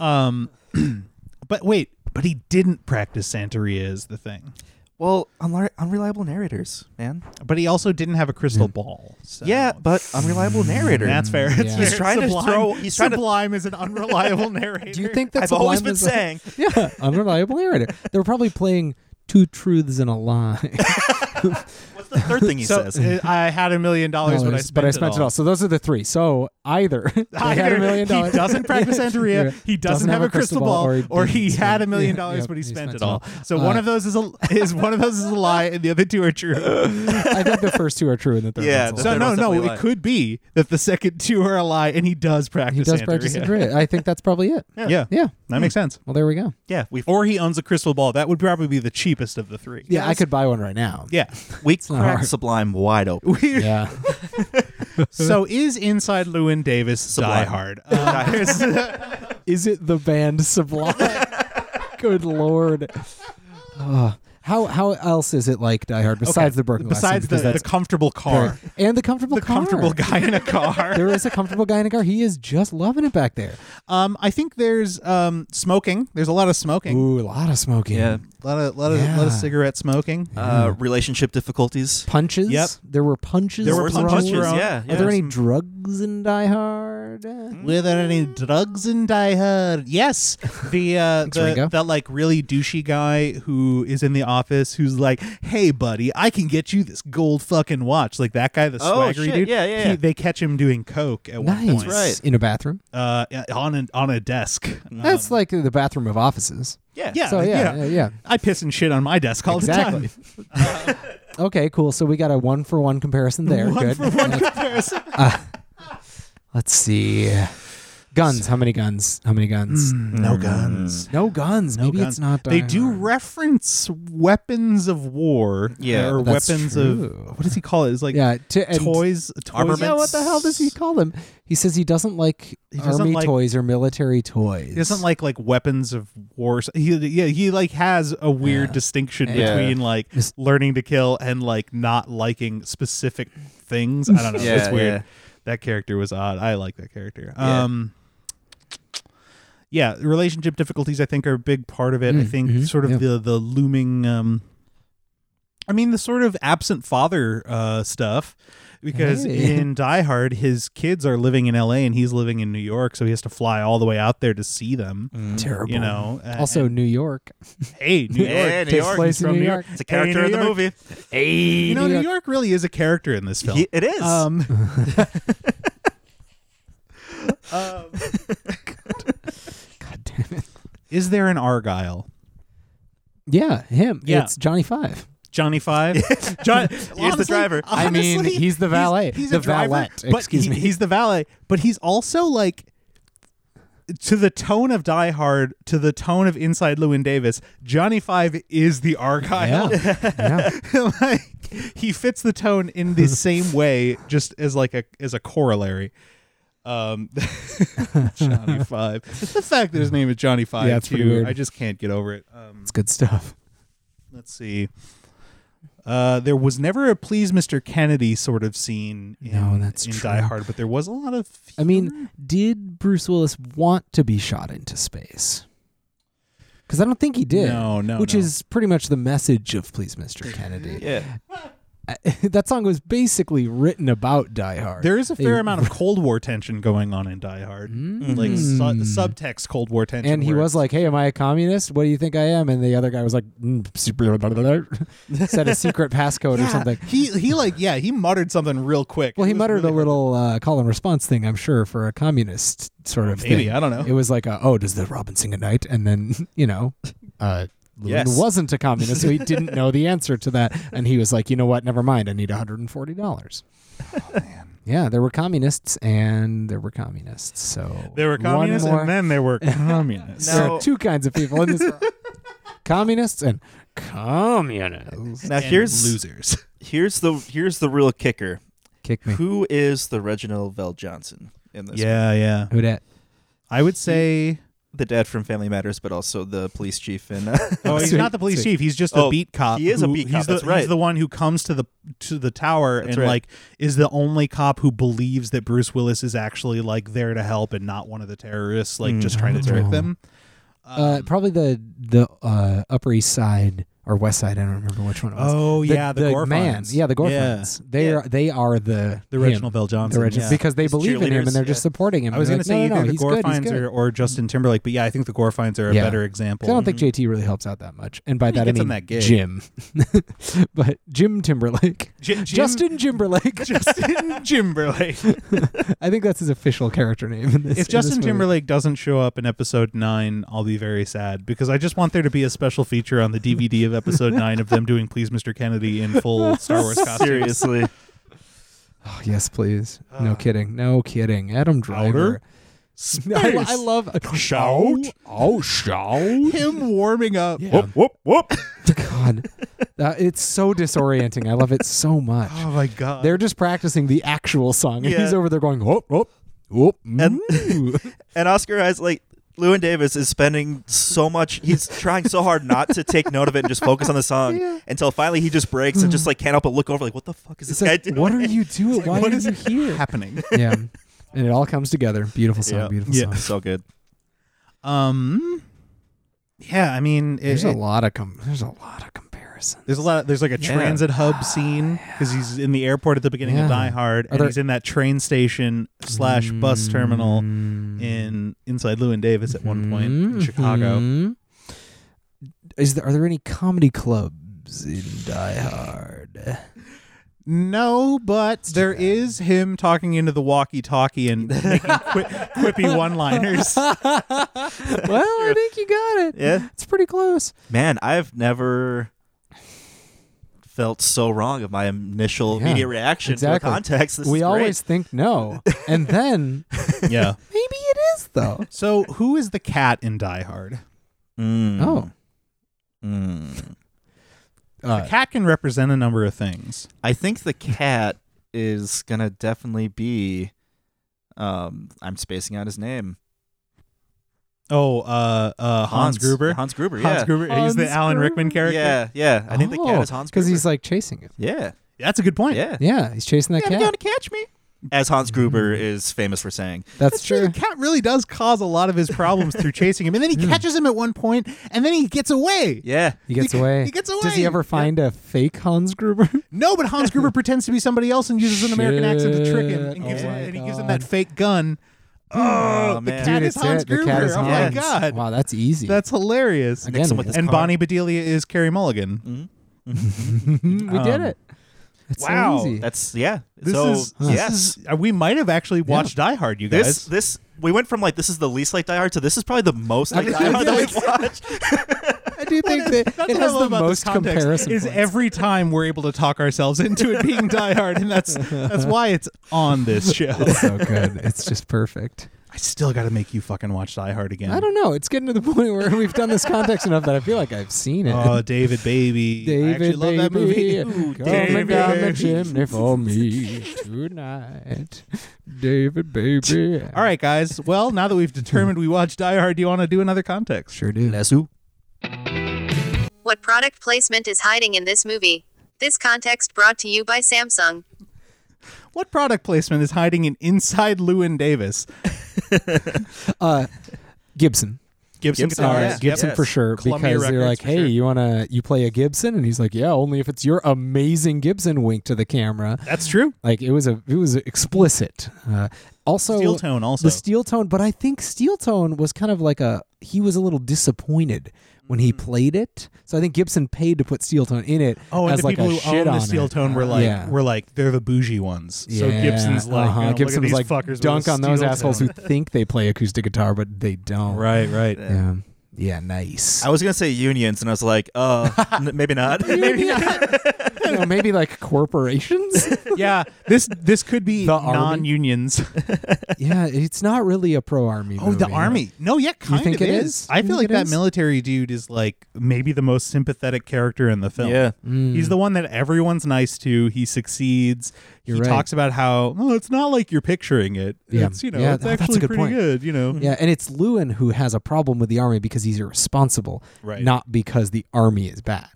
Um, but wait, but he didn't practice Santeria is the thing. Well, unre- unreliable narrators, man. But he also didn't have a crystal ball. So. Yeah, but unreliable narrator. That's fair. Mm, It's yeah. fair. He's trying to Sublime, throw- he's trying to- Sublime is an unreliable narrator. Do you think I've that's always been saying. yeah, unreliable narrator? They were probably playing two truths and a lie. What's the third thing he so? says? uh, I had a million dollars, but I dollars, spent, but I spent it all. So those are the three. So either they had Either a million he dollars. doesn't practice Yeah. Santeria. Yeah. He doesn't, have, a crystal ball, or he, didn't had a spend- million yeah, dollars, yeah, but he, spent, it all. So Uh, one of those is a is one of those is a lie, and the other two are true. I think the first two are true, and the third Yeah, one's a the lie. So third no, one's no, definitely it a lie. could be that the second two are a lie, and he does practice. he does Santeria. practice Santeria. I think that's probably it. Yeah. Yeah. that makes sense. Well, there we go. yeah, we Or he owns a crystal ball. That would probably be the cheapest of the three. Yeah, I could buy one right now. Yeah. we not cracked hard. Sublime wide open. Yeah. so is inside Lewin Davis Die Sublime. Hard? Uh, there's- Is it the band Sublime? Good lord. Ugh. how how else is it like Die Hard besides the broken glass scene? Um, besides the, Because the that's comfortable car, very- and the comfortable the car. comfortable guy in a car. There is a comfortable guy in a car. He is just loving it back there. um, I think there's um smoking. There's a lot of smoking. Ooh, a lot of smoking. A lot of lot of lot Yeah. of cigarette smoking. Uh, relationship difficulties. Punches. Yep. There were punches. There were thrown. punches, thrown. yeah, Are there yeah. any drugs in Die Hard? Were there any drugs in Die Hard? Yes. The uh the, Ringo. that like really douchey guy who is in the office who's like, Hey buddy, I can get you this gold fucking watch. Like that guy, the Oh, swaggery shit. dude. Yeah, yeah, yeah. He, they catch him doing coke at Nice. one point. right. In a bathroom. Uh on a on a desk. That's like the bathroom of offices. Yeah. Yeah. So yeah, Um, yeah. yeah, yeah. I piss and shit on my desk all Exactly. the time. Okay, cool. So we got a one for one comparison there. One Good. Uh, for one comparison. Let's see. Guns. How many guns? How many guns? no guns. No guns. Maybe Hmm. guns. it's not. They Die do Hard. reference weapons of war. Yeah, or that's weapons true. of what does he call it? It's like yeah. To, and, toys, toys. Yeah, what the hell does he call them? He says he doesn't like doesn't army like- toys or military toys. He doesn't like like weapons of war. So He yeah he like has a weird distinction Yeah. between like Mis- learning to kill and like not liking specific things. I don't know. Yeah, it's weird. yeah. That character was odd. I like that character. Yeah. Um. Yeah, relationship difficulties I think are a big part of it. Mm, I think mm-hmm, sort of yeah. the the looming. Um, I mean the sort of absent father uh, stuff, because Hey. in Die Hard his kids are living in L.A. and he's living in New York, so he has to fly all the way out there to see them. Terrible. Mm, You know, and- Mm. Also, and, New York. hey, New York. Yeah, New takes York. place It's in from New New York. a character Hey, in New the York. movie. You know, New New York. York really is a character in this film. He- it is. Um, Um, God damn it. is there an Argyle? Yeah, him. Yeah. It's Johnny Five. Johnny Five. John, he's the driver. I mean, he's the valet. He's, The a driver, valet, but excuse he- me. He's the valet, but he's also like to the tone of Die Hard, to the tone of Inside Lewin Davis. Johnny Five is the Argyle. yeah. like he fits the tone in the same way, just as like a as a corollary. Um, Johnny Five. The fact that his name is Johnny Five, Yeah, it's pretty too, weird. I just can't get over it. Um, It's good stuff. let's see. Uh, there was never a please Mr. Kennedy sort of scene in, No, that's in true. Die Hard, but there was a lot of. I mean, did Bruce Willis want to be shot into space? Because I don't think he did. No, no, Which no. is pretty much the message of Please, Mr. Kennedy. yeah. that song was basically written about Die Hard. There is a They- Mm. fair amount of Cold War tension going on in Die Hard, like su- the subtext Cold War tension. and he where was it's- like, "Hey, am I a communist? What do you think I am?" And the other guy was like, mm, super- blah, blah, blah," "Said a secret passcode or Yeah, something." He he like yeah he muttered something real quick. Well, It he was muttered really a little uh, call and response thing, I'm sure, for a communist sort of maybe, thing. I don't know. It was like, a, "Oh, does the Robin sing at night?" And then you know, uh, Lewin Yes. wasn't a communist, so he didn't know the answer to that, and he was like, "You know what? Never mind. I need 140 dollars." Oh, Yeah, there were communists and there were communists. So There were one communists more- and then there were communists. No. there are two kinds of people in this world. communists and communists. Now And here's losers. here's the here's the real kicker. Kick me. Who is the Reginald Vell Johnson in this? one? Yeah, yeah. Who dat? I would say the dad from Family Matters, but also the police chief in. Uh, Oh, he's Sweet, not the police sweet. chief. He's just a Oh, beat cop. he is a who- beat He's cop, the, that's right. He's the one who comes to the to the tower That's and right. like is the only cop who believes that Bruce Willis is actually like there to help and not one of the terrorists, like just trying to That's trick right. them. Uh, probably the the uh, Upper East Side or West Side. I don't remember which one it was. Oh the, yeah, the, Gorfans. man. Yeah, the Gorfans. They Yeah. are they are the the him. Reginald Bell Johnson. The original, yeah. because they His believe in him and cheerleaders, they're just yeah. supporting him. I was going gonna to say no, no, either the he's good, he's Gorfines good. or, or Justin Timberlake, but yeah, I think the Gorfines are a Yeah. better 'Cause I example. don't think JT really helps out that much, and by He that I gets mean on that gig. Jim, but Jim Timberlake, J- Jim- Justin Timberlake. Justin Timberlake. I think that's his official character name. In if this, in this Justin movie. Timberlake doesn't show up in episode nine, I'll be very sad because I just want there to be a special feature on the DVD of episode nine of them doing "Please, Mr. Kennedy" in full Star Wars costume. seriously, Oh, yes, please. Ah. no kidding. No kidding. Adam Driver. I, I love Shout. Oh, shout! Him warming up. Yeah. whoop whoop. God, That- it's so disorienting. I love it so much. Oh my god. They're just practicing the actual song, and Yeah. he's over there going, "Whoop, whoop, whoop." mm." And- ooh." And Oscar Isaac, like Lewin Davis, is spending so much. He's trying so hard not to take note of it and just focus on the song until finally he just breaks and just like can't help but look over, like, what the fuck is it's this guy like, doing? what are you doing? Why what are is you here? happening? yeah, and it all comes together. Beautiful song. Yeah. Beautiful Yeah. song. so good. Um. Yeah, I mean, it- There's a it- lot of com- there's a lot of comparison. There's a lot. there's like a Yeah. transit hub scene because he's in the airport at the beginning Ah, Yeah. of Die Hard, and there- he's in that train station slash bus terminal Mm. Mm. in inside Lewin Davis at one point in Chicago. Mhm. Mm-hmm. Is there are there any comedy clubs in Die Hard? No, but there is him talking into the walkie-talkie and making qui- quippy one-liners. well, I think you got it. Yeah. It's pretty close. Man, I've never felt so wrong of my initial Yeah, media reaction to exactly. a context. This we is great. always think no, and then maybe Yeah. it is though. So who is the cat in Die Hard? Mm. Oh, Mm. uh, The cat can represent a number of things. I think the cat is gonna definitely be. Um, I'm spacing out his name. Oh, uh, uh, Hans, Gruber. Hans Gruber. Yeah. Hans Gruber. He's the Hans Alan Gruber. Rickman character. Oh, Yeah, yeah. I think the cat is Hans because Gruber. oh, he's like chasing him. yeah, That's a good point. yeah. Yeah, he's chasing that You're cat. gonna catch me. As Hans Gruber is famous for saying, That's true. The cat really does cause a lot of his problems through chasing him, and then Hmm. he catches him at one point, and then he gets away. yeah, He gets He- away. he gets Does he away. ever find a fake Hans Gruber? No, but Hans Gruber pretends to be somebody else and uses an American accent to trick him, and, Shit. gives Oh him, my and he gives him God. that fake gun. Oh, the man. cat Dude, is it's Hans it. Gruber. The cat is oh Hans. my god, Wow, that's easy. that's hilarious. again. him with his it's and hard. Bonnie Bedelia is Carrie Mulligan. Mm-hmm. we did it. It's wow. so easy. that's yeah. This so is this yes, is- uh, we might have actually watched Die Hard, you guys. this this we went from like this is the least like Die Hard to this is probably the most like mean, Die Hard that yeah. we've watched. I do think that That's it what I has love the about this most context, comparison. Is points. every time we're able to talk ourselves into it being Die Hard, and that's that's why it's on this show. so good. It's just perfect. I still got to make you fucking watch Die Hard again. I don't know. It's getting to the point where we've done this context enough that I feel like I've seen it. Oh, David Baby. I David, actually love that movie. baby, coming down the chimney for me tonight. David, baby. All right, guys. Well, now that we've determined we watch Die Hard, do you want to do another context? sure do. What product placement is hiding in this movie? This context brought to you by Samsung. What product placement is hiding in inside Lewin Davis? Uh, Gibson. Gibson, Gibson, guitars. Sorry, yeah. Gibson Yes. for sure Columbia because they're Records like, for "Hey, sure. you wanna you play a Gibson?" And he's like, "Yeah, only if it's your amazing Gibson." Wink to the camera. That's true. Like it was a it was explicit. Uh, also, Steel Tone also. the steel tone, but I think steel tone was kind of like a he was a little disappointed when Mm. he played it. So I think Gibson paid to put steel tone in it. Oh, and as the like people a who shit own the on steel it. tone were like, Yeah. were like, they're the bougie ones. So Yeah, Gibson's like, uh-huh. "Oh, look at Gibson these was like, fuckers with dunk a on those steel assholes tone." who think they play acoustic guitar, but they don't. right, right. Yeah. Yeah. Nice. I was gonna say unions, and I was like, uh, n- maybe not. maybe You know, maybe like corporations. yeah, this this could be The army? non-unions. yeah, it's not really a pro army. Oh, the movie. army. No, yeah, kind think of it is. is? I You feel think like it that is? military dude is like maybe the most sympathetic character in the film. Yeah. Mm. He's the one that everyone's nice to. He succeeds. You're he right. talks about how oh, it's not like you're picturing it. Yeah. It's you know, Yeah, it's oh, that's a actually good pretty point. Mm. good, you know. Yeah, and it's Lewin who has a problem with the army because he's irresponsible, Right. not because the army is bad.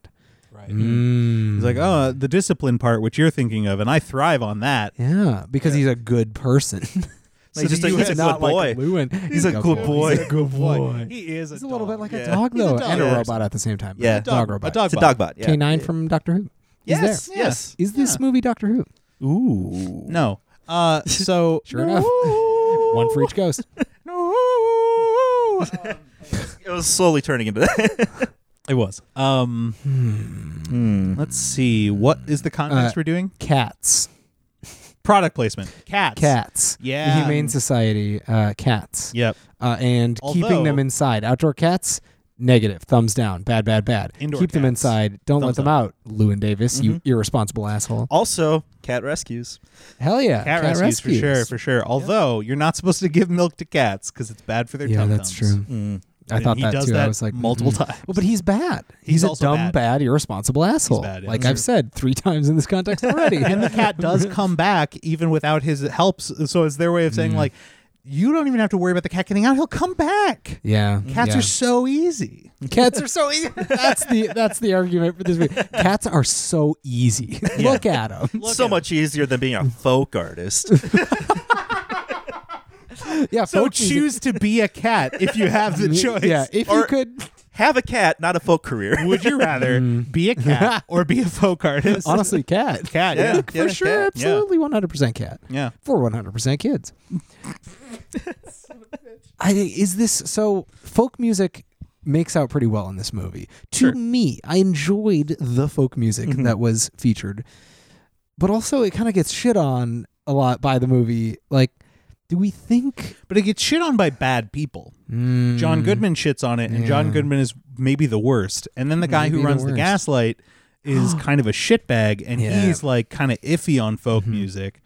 Right. Mm. He's like, oh, the discipline part, which you're thinking of, and I thrive on that. yeah, because he's a good person. So he's just the a- he's US a not good boy. Like Lewin. He's a good boy. He's a good boy. He is a, He's a little dog. bit like Yeah. a dog He's a though, dog and a person. robot at the same time. Yeah. He's a dog, robot. A dog, It's a bot. dog bot. Yeah. K9 from Doctor Who. He's Yes. there. Yes. Is this movie Doctor Who? Ooh. No. Uh, so Sure enough. One for each ghost. It was slowly turning into that. It was. Um, Let's see. What is the context Hmm. Uh, we're doing? Cats. Product placement. Cats. Cats. Yeah. The Humane Society. Uh, cats. Yep. uh, and Although- keeping them inside. Outdoor cats, negative. Thumbs down. Bad, bad, bad. Indoor Keep them cats, inside. Don't let thumbs Mm-hmm. them out, Lewin Davis, you irresponsible asshole. also, cat rescues. Hell yeah. Cat, rescues, for sure, for sure. Although youure not supposed to give milk to cats because it's bad for their yeah, tum that's true. I Mm. And thought he that does too. that I was like multiple mm. times. Well, but he's bad. He's, a also dumb, bad. bad. irresponsible asshole. bad, yeah, like that's I've true. said three times in this context already. And the cat does come back even without his help. s- So it's their way of saying Mm. like, you don't even have to worry about the cat getting out. He'll come back. yeah, Cats yeah. are so easy. Cats are so easy. That's the that's the argument for this movie. Cats are so easy. Look at them. so much easier than being a folk artist. Yeah, So folks- choose to be a cat if you have the choice. Yeah, if Or- you could Have a cat, not a folk career. Would you rather Mm. be a cat or be a folk artist? honestly, cat. cat. Yeah. Yeah. for sure, cat, yeah. absolutely, one hundred percent cat Yeah. for one hundred percent kids. I is this so? Folk music makes out pretty well in this movie. To me, I enjoyed the folk music Mm-hmm. that was featured, but also it kind of gets shit on a lot by the movie. Like, do we think hmm, But it gets shit on by bad people. John Goodman shits on it, and John Mm. Yeah. Goodman is maybe the worst. And then the guy Maybe who the runs the, worst. gaslight is kind of a shitbag, and Yeah. Mm-hmm. he's like kind of iffy on folk music,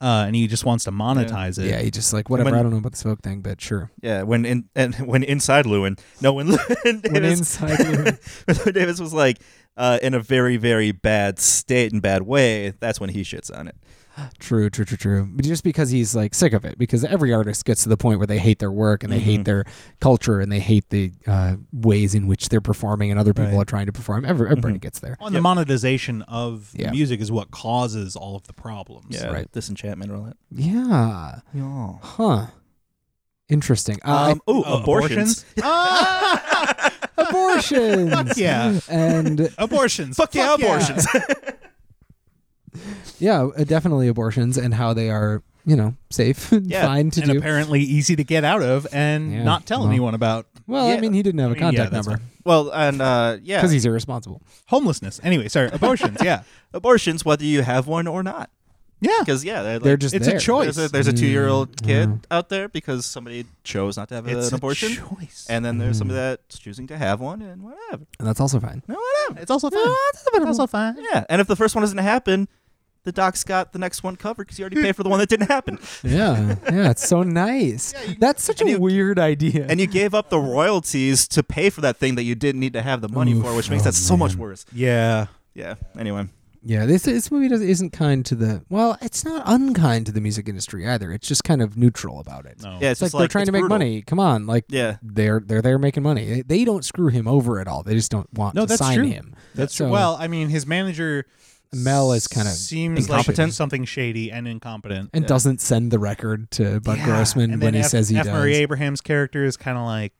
uh, and he just wants to monetize it. Yeah, he just like whatever. When- I don't know about this folk thing, but sure. Yeah, when in and when inside Lewin, no, when Lewin When Davis, inside Lewin. when Davis was like uh, in a very very bad state and bad way, that's when he shits on it. True, true, true, true. But just because he's like sick of it, because every artist gets to the point where they hate their work and they Mm-hmm. hate their culture and they hate the uh, ways in which they're performing and other people Right. Mm-hmm. are trying to perform. Every, everybody gets there. On the monetization of the Yeah. music is what causes all of the problems. Yeah, right. disenchantment and all that. Yeah. Yeah. Huh. Interesting. Uh, Um, oh, Oh, abortions. Um, abortions. yeah. And Abortions. Fuck yeah, abortions. yeah, uh, definitely abortions and how they are, you know, safe and Yeah, fine to and do. apparently easy to get out of and Yeah, not tell well. anyone about well, Yeah. I mean, he didn't have a mean, yeah, contact that's number fine. well, and uh, yeah, because he's irresponsible. homelessness. Anyway, sorry, abortions. yeah, abortions, whether you have one or not, yeah. because yeah, they're, like, They're just it's there. a choice. There's a, there's a two year old Mm, kid out there because somebody chose not to have it's an abortion, A choice. and then there's Mm. somebody that's choosing to have one, and whatever. And that's also fine. No, whatever. It's also fun. It's also fun. Yeah, and if the first one doesn't happen, the doc's got the next one covered because he already paid for the one that didn't happen. Yeah, yeah, it's so nice. That's such a weird idea. And you gave up the royalties to pay for that thing that you didn't need to have the money for, Oof, which makes oh, that so much man. worse. Yeah. Yeah. Anyway, yeah, this this movie does, isn't kind to the well. It's not unkind to the music industry either. It's just kind of neutral about it. No. yeah, it's, It's like just they're trying it's to make brutal. money. Come on, like Yeah. they're they're there making money. They, they don't screw him over at all. They just don't want No, to that's sign true. him. That's So, true. Well, I mean, his manager Mel is kind of seems incompetent. like something shady and incompetent. and doesn't send the record to Bud Yeah. Grossman And when then he F, says he F. does. Murray Abraham's character is kind of like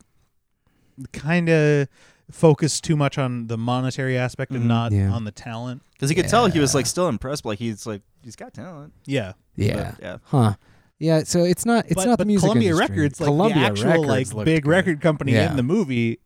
kind of focused too much on the monetary aspect and not Yeah. on the talent. because he could tell he was like still impressed. But, like he's like he's got talent. Yeah. Yeah. But, yeah. Huh. Yeah, so it's not it's but, not but the music Columbia industry. Records, like Columbia the actual Records like looked big good. record company Yeah. Mm, in the movie,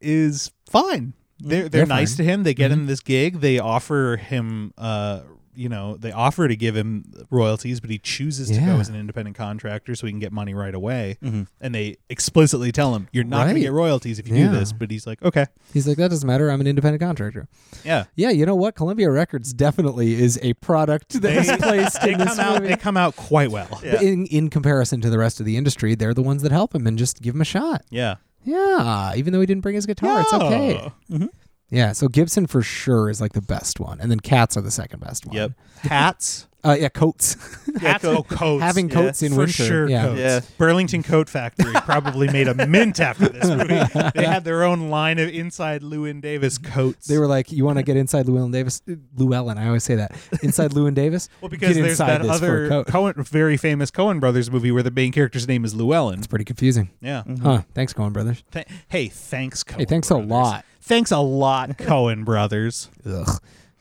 is fine. They're they're They're nice fine. Mm-hmm. to him. They get him this gig. They offer him, uh, you know, they offer to give him royalties, but he chooses to go Yeah. Mm-hmm. as an independent contractor so he can get money right away. Mhm. And they explicitly tell him, "You're not going to Right. get royalties if you Yeah. do this." But he's like, "Okay, He's like, that doesn't matter. I'm an independent contractor. yeah." Yeah, you know what? Columbia Records definitely is a product that is placed They in this come out. movie. They come out quite well. Yeah. In in comparison to the rest of the industry, they're the ones that help him and just give him a shot. Yeah. Yeah, even though he didn't bring his guitar, it's okay. Oh. Yeah, so Gibson for sure is like the best one, and then Cats are the second best one. Yep. Hats. Uh, yeah, coats. Hats. Oh, coats. Having coats in for winter. sure. yeah. Coats. Yeah. Burlington Coat Factory probably made a mint after this movie. They had their own line of inside Lewin Davis coats. They were like, "You want to get inside Llewellyn Davis? Llewellyn, I always say that. Inside Llewellyn Davis. well, because get there's that inside this fur other coat." Cohen, very famous Cohen Brothers movie where the main character's name is Llewellyn. It's pretty confusing, Yeah. huh? Thanks, Cohen Brothers. Th- hey, thanks, Cohen. Mm-hmm. Hey, thanks Brothers. a lot. Thanks a lot, Cohen Brothers. Ugh.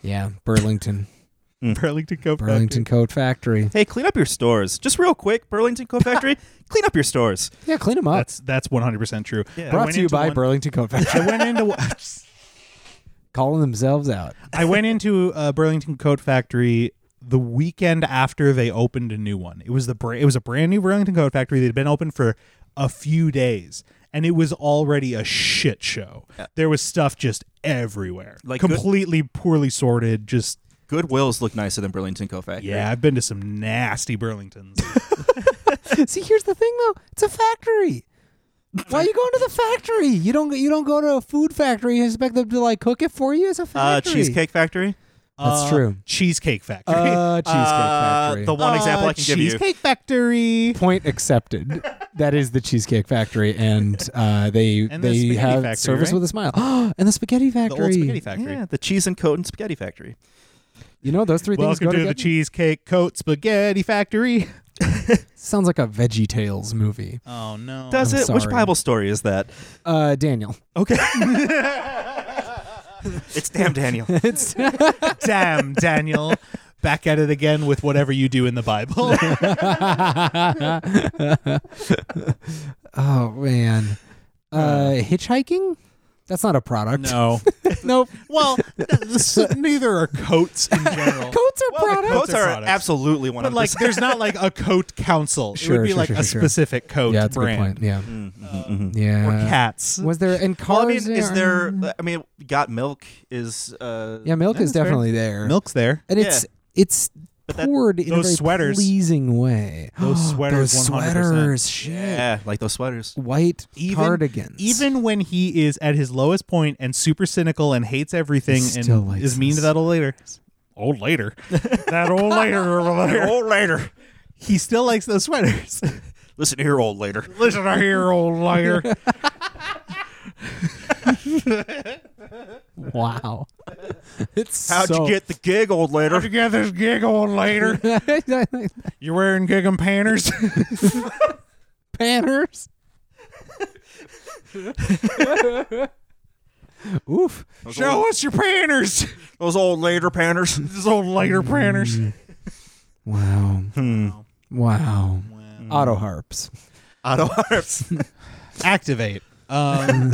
Yeah, Burlington, Burlington Coat Burlington Coat Factory. Hey, clean up your stores. Just real quick, Burlington Co Factory, clean up your stores. Yeah, clean them Factory. up. That's that's 100% true. I Brought went to you into by one- Burlington Coat Factory. I went into Calling themselves out. I went into uh, Burlington Coat Factory the weekend after they opened a new one. It was the bra- it was a brand new Burlington Coat Factory. They'd been open for a few days, and it was already a shit show. There was stuff just everywhere, Like good- completely poorly sorted. Just Goodwills look nicer than Burlington Co Factory. yeah, I've been to some nasty Burlingtons. See, here's the thing though. It's a factory. Why are you going to the factory? You don't. You don't go to a food factory and expect them to like cook it for you. It's a Uh, factory. Cheesecake Factory. That's Uh, true. Cheesecake Factory. Uh, cheesecake Uh, factory. The one example Uh, I can give you. Cheesecake Factory. point accepted. that is the Cheesecake Factory, and uh, they And the they Spaghetti have Factory, service right? with a smile. and the Spaghetti The Factory. old Spaghetti Factory. Yeah, the cheese and coat and spaghetti factory. You know those three things Welcome go to together. the Cheesecake Coat Spaghetti Factory. Sounds like a Veggie Tales movie. Oh no. Does I'm it? Which sorry. Bible story is that? Uh, Daniel, Okay. it's damn Daniel. it's Damn, Daniel. Back at it again with whatever you do in the Bible. oh man, uh, hitchhiking. That's not a product. no. nope. Well, s- neither are coats in general. Coats are products. Coats are are products. absolutely one But of like, there's not like a coat council. it Sure, would be sure, like sure, a sure, sure. specific coat yeah, that's a brand. good point. Yeah, yeah. Or cats. Was there and cars? Well, I mean, is are- there? I mean, got milk is. uh Yeah, milk is that's fair. definitely there. Milk's there. and it's it's that- poured in a those very sweaters- pleasing way. Those sweaters, those 100%. sweaters, shit, Yeah, eh, like those sweaters. white Even- cardigans, Even when he is at his lowest point and super cynical and hates everything He still and likes is mean to us. that old later. Old later. that old later over there. Old later. He still likes those sweaters. Listen here, old later. Listen here, old liar. wow, it's How'd so, you get the gig, old later? you get this gig on later? You're wearing giggum panners? panners? Oof! Show us your panners. Those old later panners. This old later panners. Wow, Hmm. wow, auto harps. Auto harps. Activate. Um,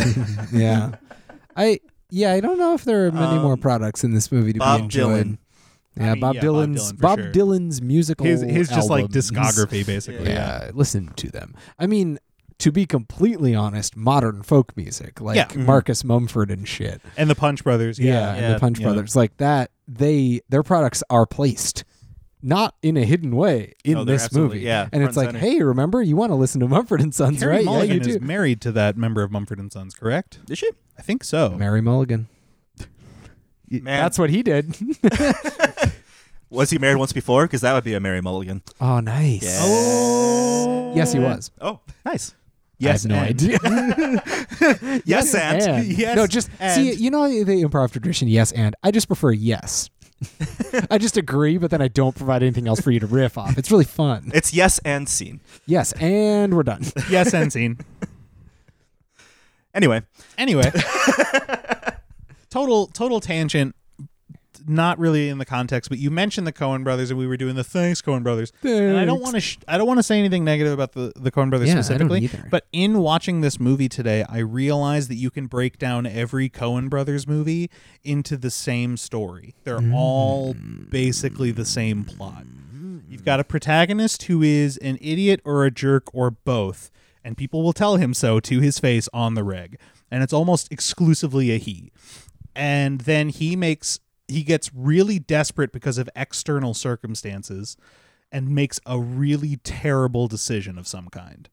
Yeah, I yeah, I don't know if there are many Um, more products in this movie to Bob be enjoyed. Dylan. Yeah, mean, Bob yeah, Bob Dylan's Dylan for Bob, sure. Dylan's musical his his just like albums. discography, basically. Yeah, listen to them. I mean, to be completely honest, modern folk music like Yeah. Mhm. Marcus Mumford and shit. And the Punch Brothers. Yeah. and the Punch yeah. Brothers like that. They their products are placed not in a hidden way in No, they're this absolutely- movie. yeah, and it's front and like, hey, remember you want to listen to Mumford and Sons, Carey right? Mulligan yeah, you is do. married to that member of Mumford and Sons, correct? Did she? I think so. Mary Mulligan. Man, That's what he did. was he married once before? Because that would be a Mary Mulligan. oh, nice. Oh. Yes, he was. Oh, nice. Yes, I have no and. idea. Yes, and. Yes, no, just see. and. You know the improv tradition. Yes, and I just prefer yes. I just agree, but then I don't provide anything else for you to riff off. It's really fun. It's yes and scene. Yes, and we're done. Yes, and scene. Anyway, Anyway, total total tangent. Not really in the context, but you mentioned the Cohen brothers, and we were doing the thanks Cohen brothers. And I don't Thanks. want to. Sh- I don't want to say anything negative about the the Cohen brothers Yeah, I don't specifically. either. But in watching this movie today, I realized that you can break down every Cohen brothers movie into the same story. They're Mm. all basically the same plot. You've got a protagonist who is an idiot or a jerk or both, and people will tell him so to his face on the reg. And it's almost exclusively a he. And then he makes he gets really desperate because of external circumstances and makes a really terrible decision of some kind.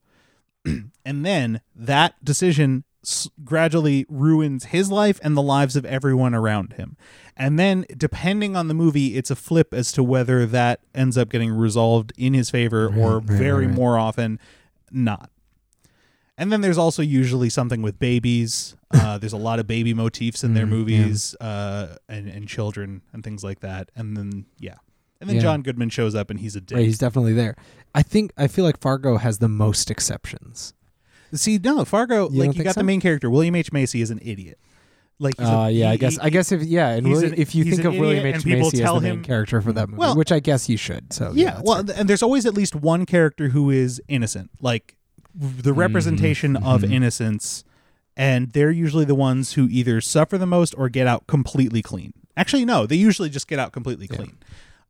and then that decision s- gradually ruins his life and the lives of everyone around him. And then, depending on the movie, it's a flip as to whether that ends up getting resolved in his favor or very more often not. And then there's also usually something with babies. Uh, there's a lot of baby motifs in their Mm, movies uh, and, and children and things like that. And then, yeah. And then Yeah. John Goodman shows up and he's a dick. Right, he's definitely there. I think I feel like Fargo has the most exceptions. See, no, Fargo, You don't like you think got so? the main character, William H Macy, is an idiot. Like, he's a- Uh, yeah, I he- guess he- I guess if yeah, and he's William, an- if you he's think an of William idiot H and people Macy as tell the main him- character for that movie, Well- which I guess you should. So yeah, yeah. that's well, fair. and there's always at least one character who is innocent, like Mm-hmm, the representation of innocence, and they're usually the ones who either suffer the most or get out completely clean. Actually, no, they usually just get out completely clean.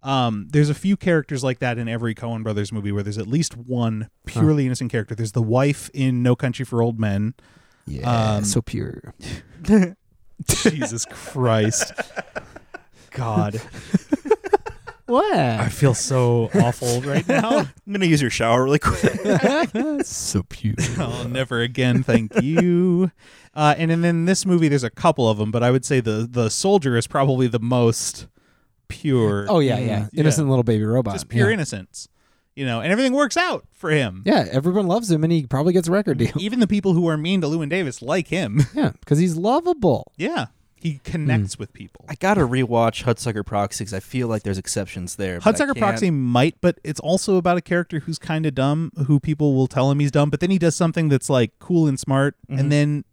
Um, there's a few characters like that in every Coen Brothers movie where there's at least one purely innocent character. There's the wife in No Country for Old Men. yeah, um, so pure. Jesus Christ. God. I What? feel so awful right now. I'm gonna use your shower really quick. so pure. oh, never again, thank you. Uh, and, and then this movie, there's a couple of them, but I would say the the soldier is probably the most pure. Oh yeah, yeah. Mm, Yeah. Innocent little baby robot. just pure yeah. innocence, you know, and everything works out for him. Yeah, everyone loves him, and he probably gets a record deal. Even the people who are mean to Lewin Davis like him. Yeah, because he's lovable. yeah, he connects Mm. with people. I gotta rewatch Hudsucker Proxy because I feel like there's exceptions there. but I Hudsucker can't- Proxy might, but it's also about a character who's kind of dumb, who people will tell him he's dumb, but then he does something that's like cool and smart, Mm-hmm. and then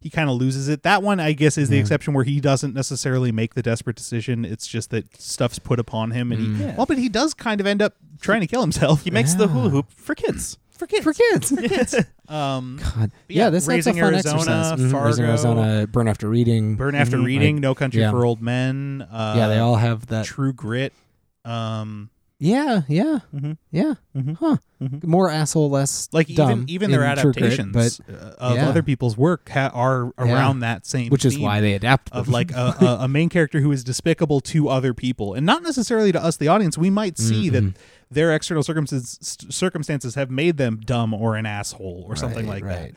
he kind of loses it. That one, I guess, is the exception where he doesn't necessarily make the desperate decision. It's just that stuff's put upon him, and he well, but he does kind of end up trying to kill himself. Mm. He makes the hula hoop for kids. for kids. For kids. Um, God. Yeah, Yeah, this that's a Raising fun Arizona, exercise. Mhm, Raising Fargo. Arizona, Burn After Reading. Burn Mm, after Mhm, reading, like- No Country yeah. for Old Men. Uh, yeah, they all have that. True Grit. Um, Yeah, yeah, yeah. Huh. More asshole, less Mm-hmm. like dumb even even in their True Grit, adaptations uh, of yeah. other people's work ha- are around that same but which is theme why they adapt of them. like a, a, a main character who is despicable to other people and not necessarily to us the audience we might see Mm-hmm. that their external circumstances circumstances have made them dumb or an asshole or something Right, like right.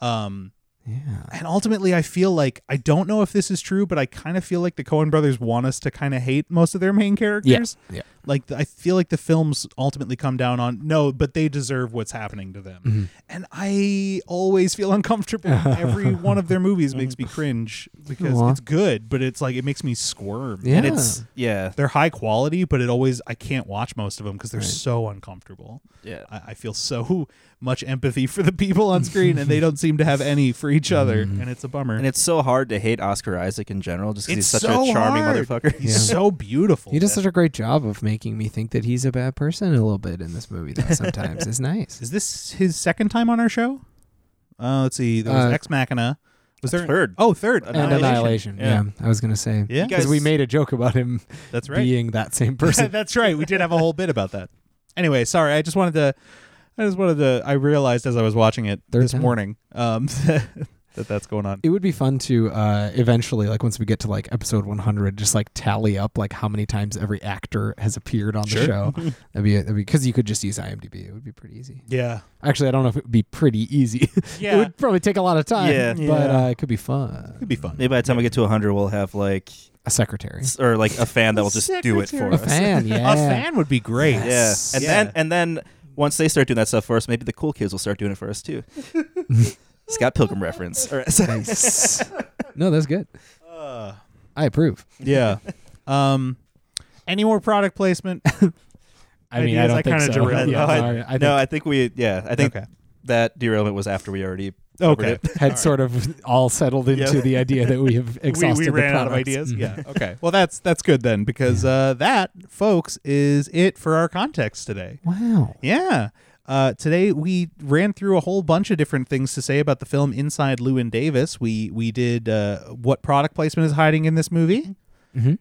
that um yeah. and ultimately i feel like i don't know if this is true but i kind of feel like the cohen brothers want us to kind of hate most of their main characters yeah. like th- I feel like the films ultimately come down on no, but they deserve what's happening to them. Mm-hmm. And I always feel uncomfortable. Every one of their movies makes me cringe because Aw. it's good, but it's like it makes me squirm. Yeah. And it's Yeah, they're high quality, but it always I can't watch most of them because they're so uncomfortable. yeah. I, I feel so much empathy for the people on screen, and they don't seem to have any for each other, Mm-hmm. and it's a bummer. And it's so hard to hate Oscar Isaac in general, just because he's It's such so a charming hard. motherfucker. He's so beautiful. He does such a great job of making me think that he's a bad person a little bit in this movie. Though sometimes it's nice. Is this his second time on our show? Uh, let's see. There was Uh, Ex Machina. Was there third. Oh, third. And Annihilation. annihilation. Yeah. I was gonna say. Yeah. Because we made a joke about him That's right. being that same person. That's right. We did have a whole bit about that. Anyway, sorry. I just wanted to. I just wanted to. I realized as I was watching it Third this time. morning um, that that's going on. it would be fun to uh, eventually, like once we get to like episode 100, just like tally up like how many times every actor has appeared on the Sure. show. that'd be that'd because you could just use IMDb. It would be pretty easy. Yeah. Actually, I don't know if it would be pretty easy. Yeah. it would probably take a lot of time. Yeah. but Yeah. Uh, it could be fun. It'd be fun. Maybe by the time we get to 100, we'll have like, A secretary, s- or like a fan that will just do it for a us. fan, yeah, A fan would be great. Yeah. And Yeah. then and then once they start doing that stuff for us, maybe the cool kids will start doing it for us too. Scott Pilgrim reference. All right, so- Nice. no, that's good. I approve. Yeah. um. Any more product placement? I mean, I Ideas, don't I think kinda so. derailed Yeah, no, I, sorry. I think- no, I think we yeah, I think Okay. that derailment was after we already covered Okay. it. had sort of all settled into Yeah. the idea that we have we, exhausted we the ran out of products. ideas. Mhm. Yeah. Okay. Well, that's that's good then, because uh, that, folks, is it for our context today. Wow. Yeah. Uh, today we ran through a whole bunch of different things to say about the film Inside Lewin Davis. We we did uh, what product placement is hiding in this Mm-hmm. movie.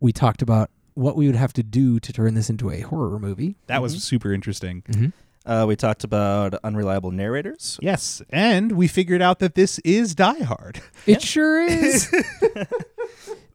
We talked about what we would have to do to turn this into a horror movie. That was super interesting. Mm-hmm. Uh, we talked about unreliable narrators. Yes, and we figured out that this is Die Hard. It sure is.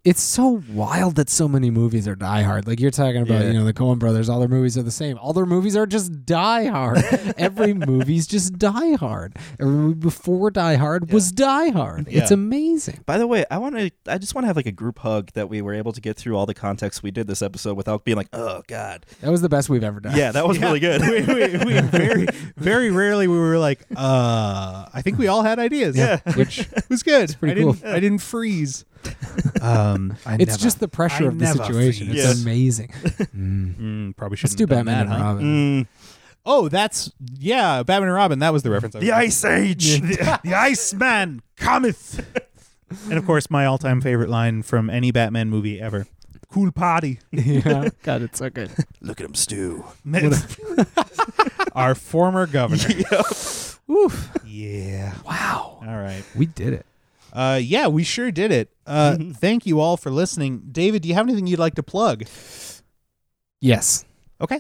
it's so wild that so many movies are Die Hard. Like you're talking about, Yeah. you know, the Coen Brothers. All their movies are the same. All their movies are just Die Hard. Every movie's just Die Hard. Every movie before Die Hard was Die Hard. It's Yeah. amazing. By the way, I want to. I just want to have like a group hug that we were able to get through all the context we did this episode without being like, oh god. That was the best we've ever done. Yeah, that was really good. we, we, we very very rarely we were like, uh, I think we all had ideas. Yeah. which was good. It's pretty I didn't, cool. I didn't freeze. Um, I It's never- just the pressure I of the never situation. freeze. It's Yes. amazing. Mm, probably Let's shouldn't do have done Batman and that, huh? Robin. Mm, Oh, that's yeah, Batman and Robin. That was the reference. I was the Ice Age. the, the Iceman cometh. and of course, my all-time favorite line from any Batman movie ever: "Cool party." yeah. God, it's so good. Look at him stew. Our former governor. Oof. Yeah. Wow. All right. We did it. Uh, yeah, we sure did it. Uh, thank you all for listening. David, do you have anything you'd like to plug? Yes. Okay.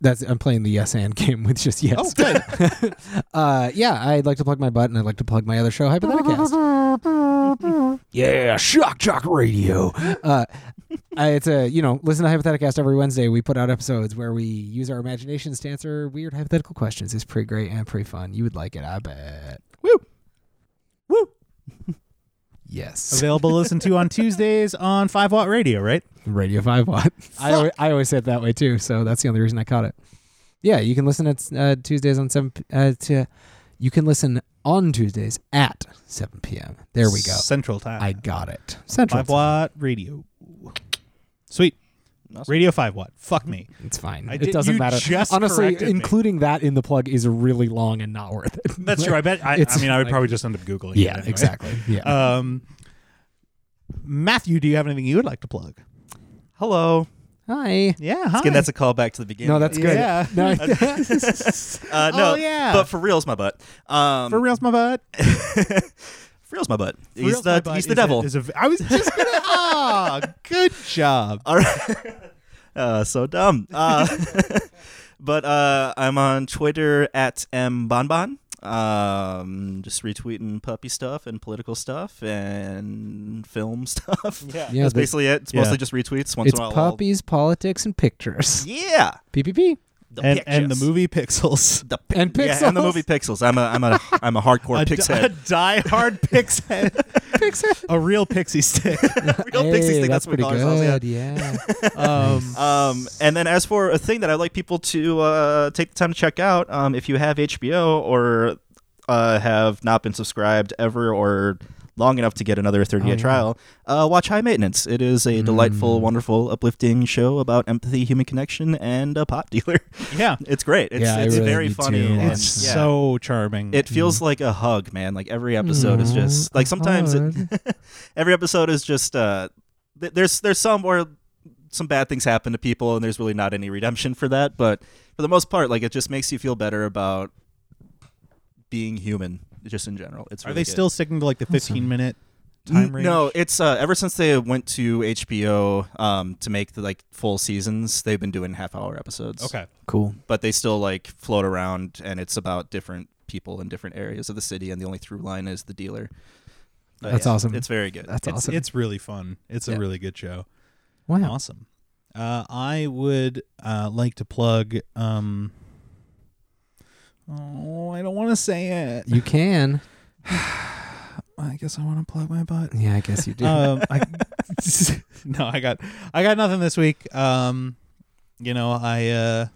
That's I'm playing the yes and game with just yes. Oh, good. Uh, yeah, I'd like to plug my butt and I'd like to plug my other show, Hypotheticast. yeah, Shock Jock Radio. Uh, I, it's a you know listen to Hypotheticast every Wednesday. We put out episodes where we use our imaginations to answer weird hypothetical questions. It's pretty great and pretty fun. You would like it, I bet. Woo. woo. yes, Available to listen to on Tuesdays on Five Watt Radio, right? Radio Five Watt. I always, I always say it that way too, so that's the only reason I caught it. Yeah, you can listen at uh, Tuesdays on seven. p- Uh, to, you can listen on Tuesdays at seven p.m. There we go. Central time. I got it. Central. Five Watt Radio. Sweet. Radio Five Watt. Fuck me. Time. It's fine. I it did- doesn't you matter. just Honestly, corrected me. including that in the plug is really long and not worth it. That's true. I bet. I, It's I mean, I would like- probably just end up googling. it yeah, anyway. exactly. Yeah. Um, Matthew, do you have anything you would like to plug? Hello. Hi. Yeah, hi. Again, that's a callback to the beginning. No, that's good. Yeah. No, I- Uh, no, Oh, yeah. But for real's my butt. Um, for reals, my butt. for real's my butt. For he's reals, the my butt he's the is a- devil. is a- I was just gonna. Ah, good job. All right. uh, so dumb. Uh, but uh, I'm on Twitter at mbonbon. Um, just retweeting puppy stuff and political stuff and film stuff. Yeah, Yeah, that's but- basically it. It's Yeah. mostly just retweets. Once it's in a while, I'll- puppies, politics, and pictures. Yeah, PPP. the And, and the pictures. movie Pixels. The pic- And Yeah, and the pixels. movie Pixels. I'm a I'm a I'm a hardcore a, pix di- head. a diehard pix head. A real pixie stick. Real Pixies Hey, thing. That's, that's what pretty we call ourselves. Yeah. good. Yeah. Um, Um, and then as for a thing that I'd like people to uh, take the time to check out, um, if you have HBO or uh, have not been subscribed ever or long enough to get another 30 day Oh, yeah. Mm. trial, uh, watch High Maintenance. It is a delightful, wonderful, uplifting show about empathy, human connection, and a pot dealer. yeah. it's great. It's, Yeah, I it's really very need funny. to and- watch It's yeah. so charming. It feels like a hug, man. Like every episode Mm-hmm. is just like sometimes it, every episode is just uh th- there's there's some where some bad things happen to people and there's really not any redemption for that, but for the most part like it just makes you feel better about being human just in general. It's Are really they good. still sticking to like the 15 minute time range? No, it's uh, ever since they went to HBO um, to make the like full seasons, they've been doing half hour episodes. Okay. cool. But they still like float around and it's about different people in different areas of the city and the only through line is the dealer. But That's yeah, awesome. It's very good. That's It's, awesome. it's really fun. It's Yeah. a really good show. wow. Awesome. Uh, I would uh, like to plug. Um, oh, I don't want to say it. You can. I guess I want to plug my butt. Yeah, I guess you do. Um, I, no, I got I got nothing this week. Um, you know, I uh,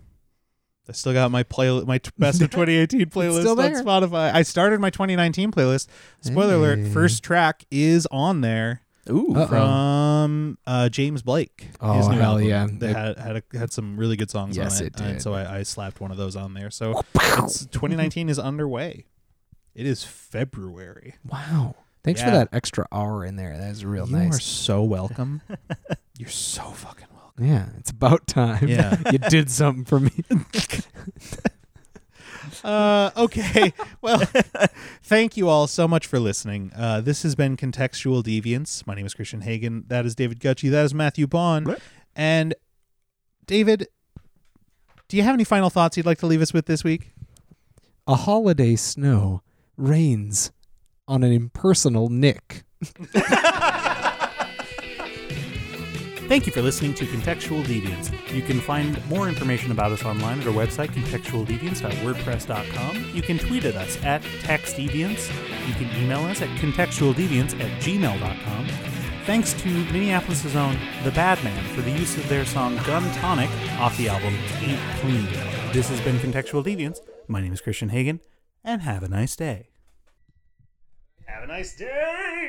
I still got my play my t- best of 2018 playlist still on there. Spotify. I started my 2019 playlist. Spoiler alert: Hey. first track is on there. Ooh. Uh-oh. from uh, James Blake. Oh, his new hell album. yeah. They It- had had, a, had some really good songs Yes, on it, it did. and so I, I slapped one of those on there. So it's, 2019 is underway. It is February. Wow. Thanks for Yeah. that extra hour in there. That is real you are Oh, nice. so welcome. You're so fucking welcome. Yeah, it's about time. Yeah. you did something for me. Uh, okay. well, thank you all so much for listening. Uh, this has been Contextual Deviance. My name is Christian Hagen. That is David Gucci. That is Matthew Bond. And David, do you have any final thoughts you'd like to leave us with this week? A holiday snow rains on an impersonal Nick. Thank you for listening to Contextual Deviance. You can find more information about us online at our website, contextualdeviance.wordpress.com. You can tweet at us at textdeviance. You can email us at contextualdeviance at gmail.com. Thanks to Minneapolis' own The Bad Man for the use of their song Gun Tonic off the album Ain't Clean. This has been Contextual Deviance. My name is Christian Hagen, and have a nice day. Have a nice day!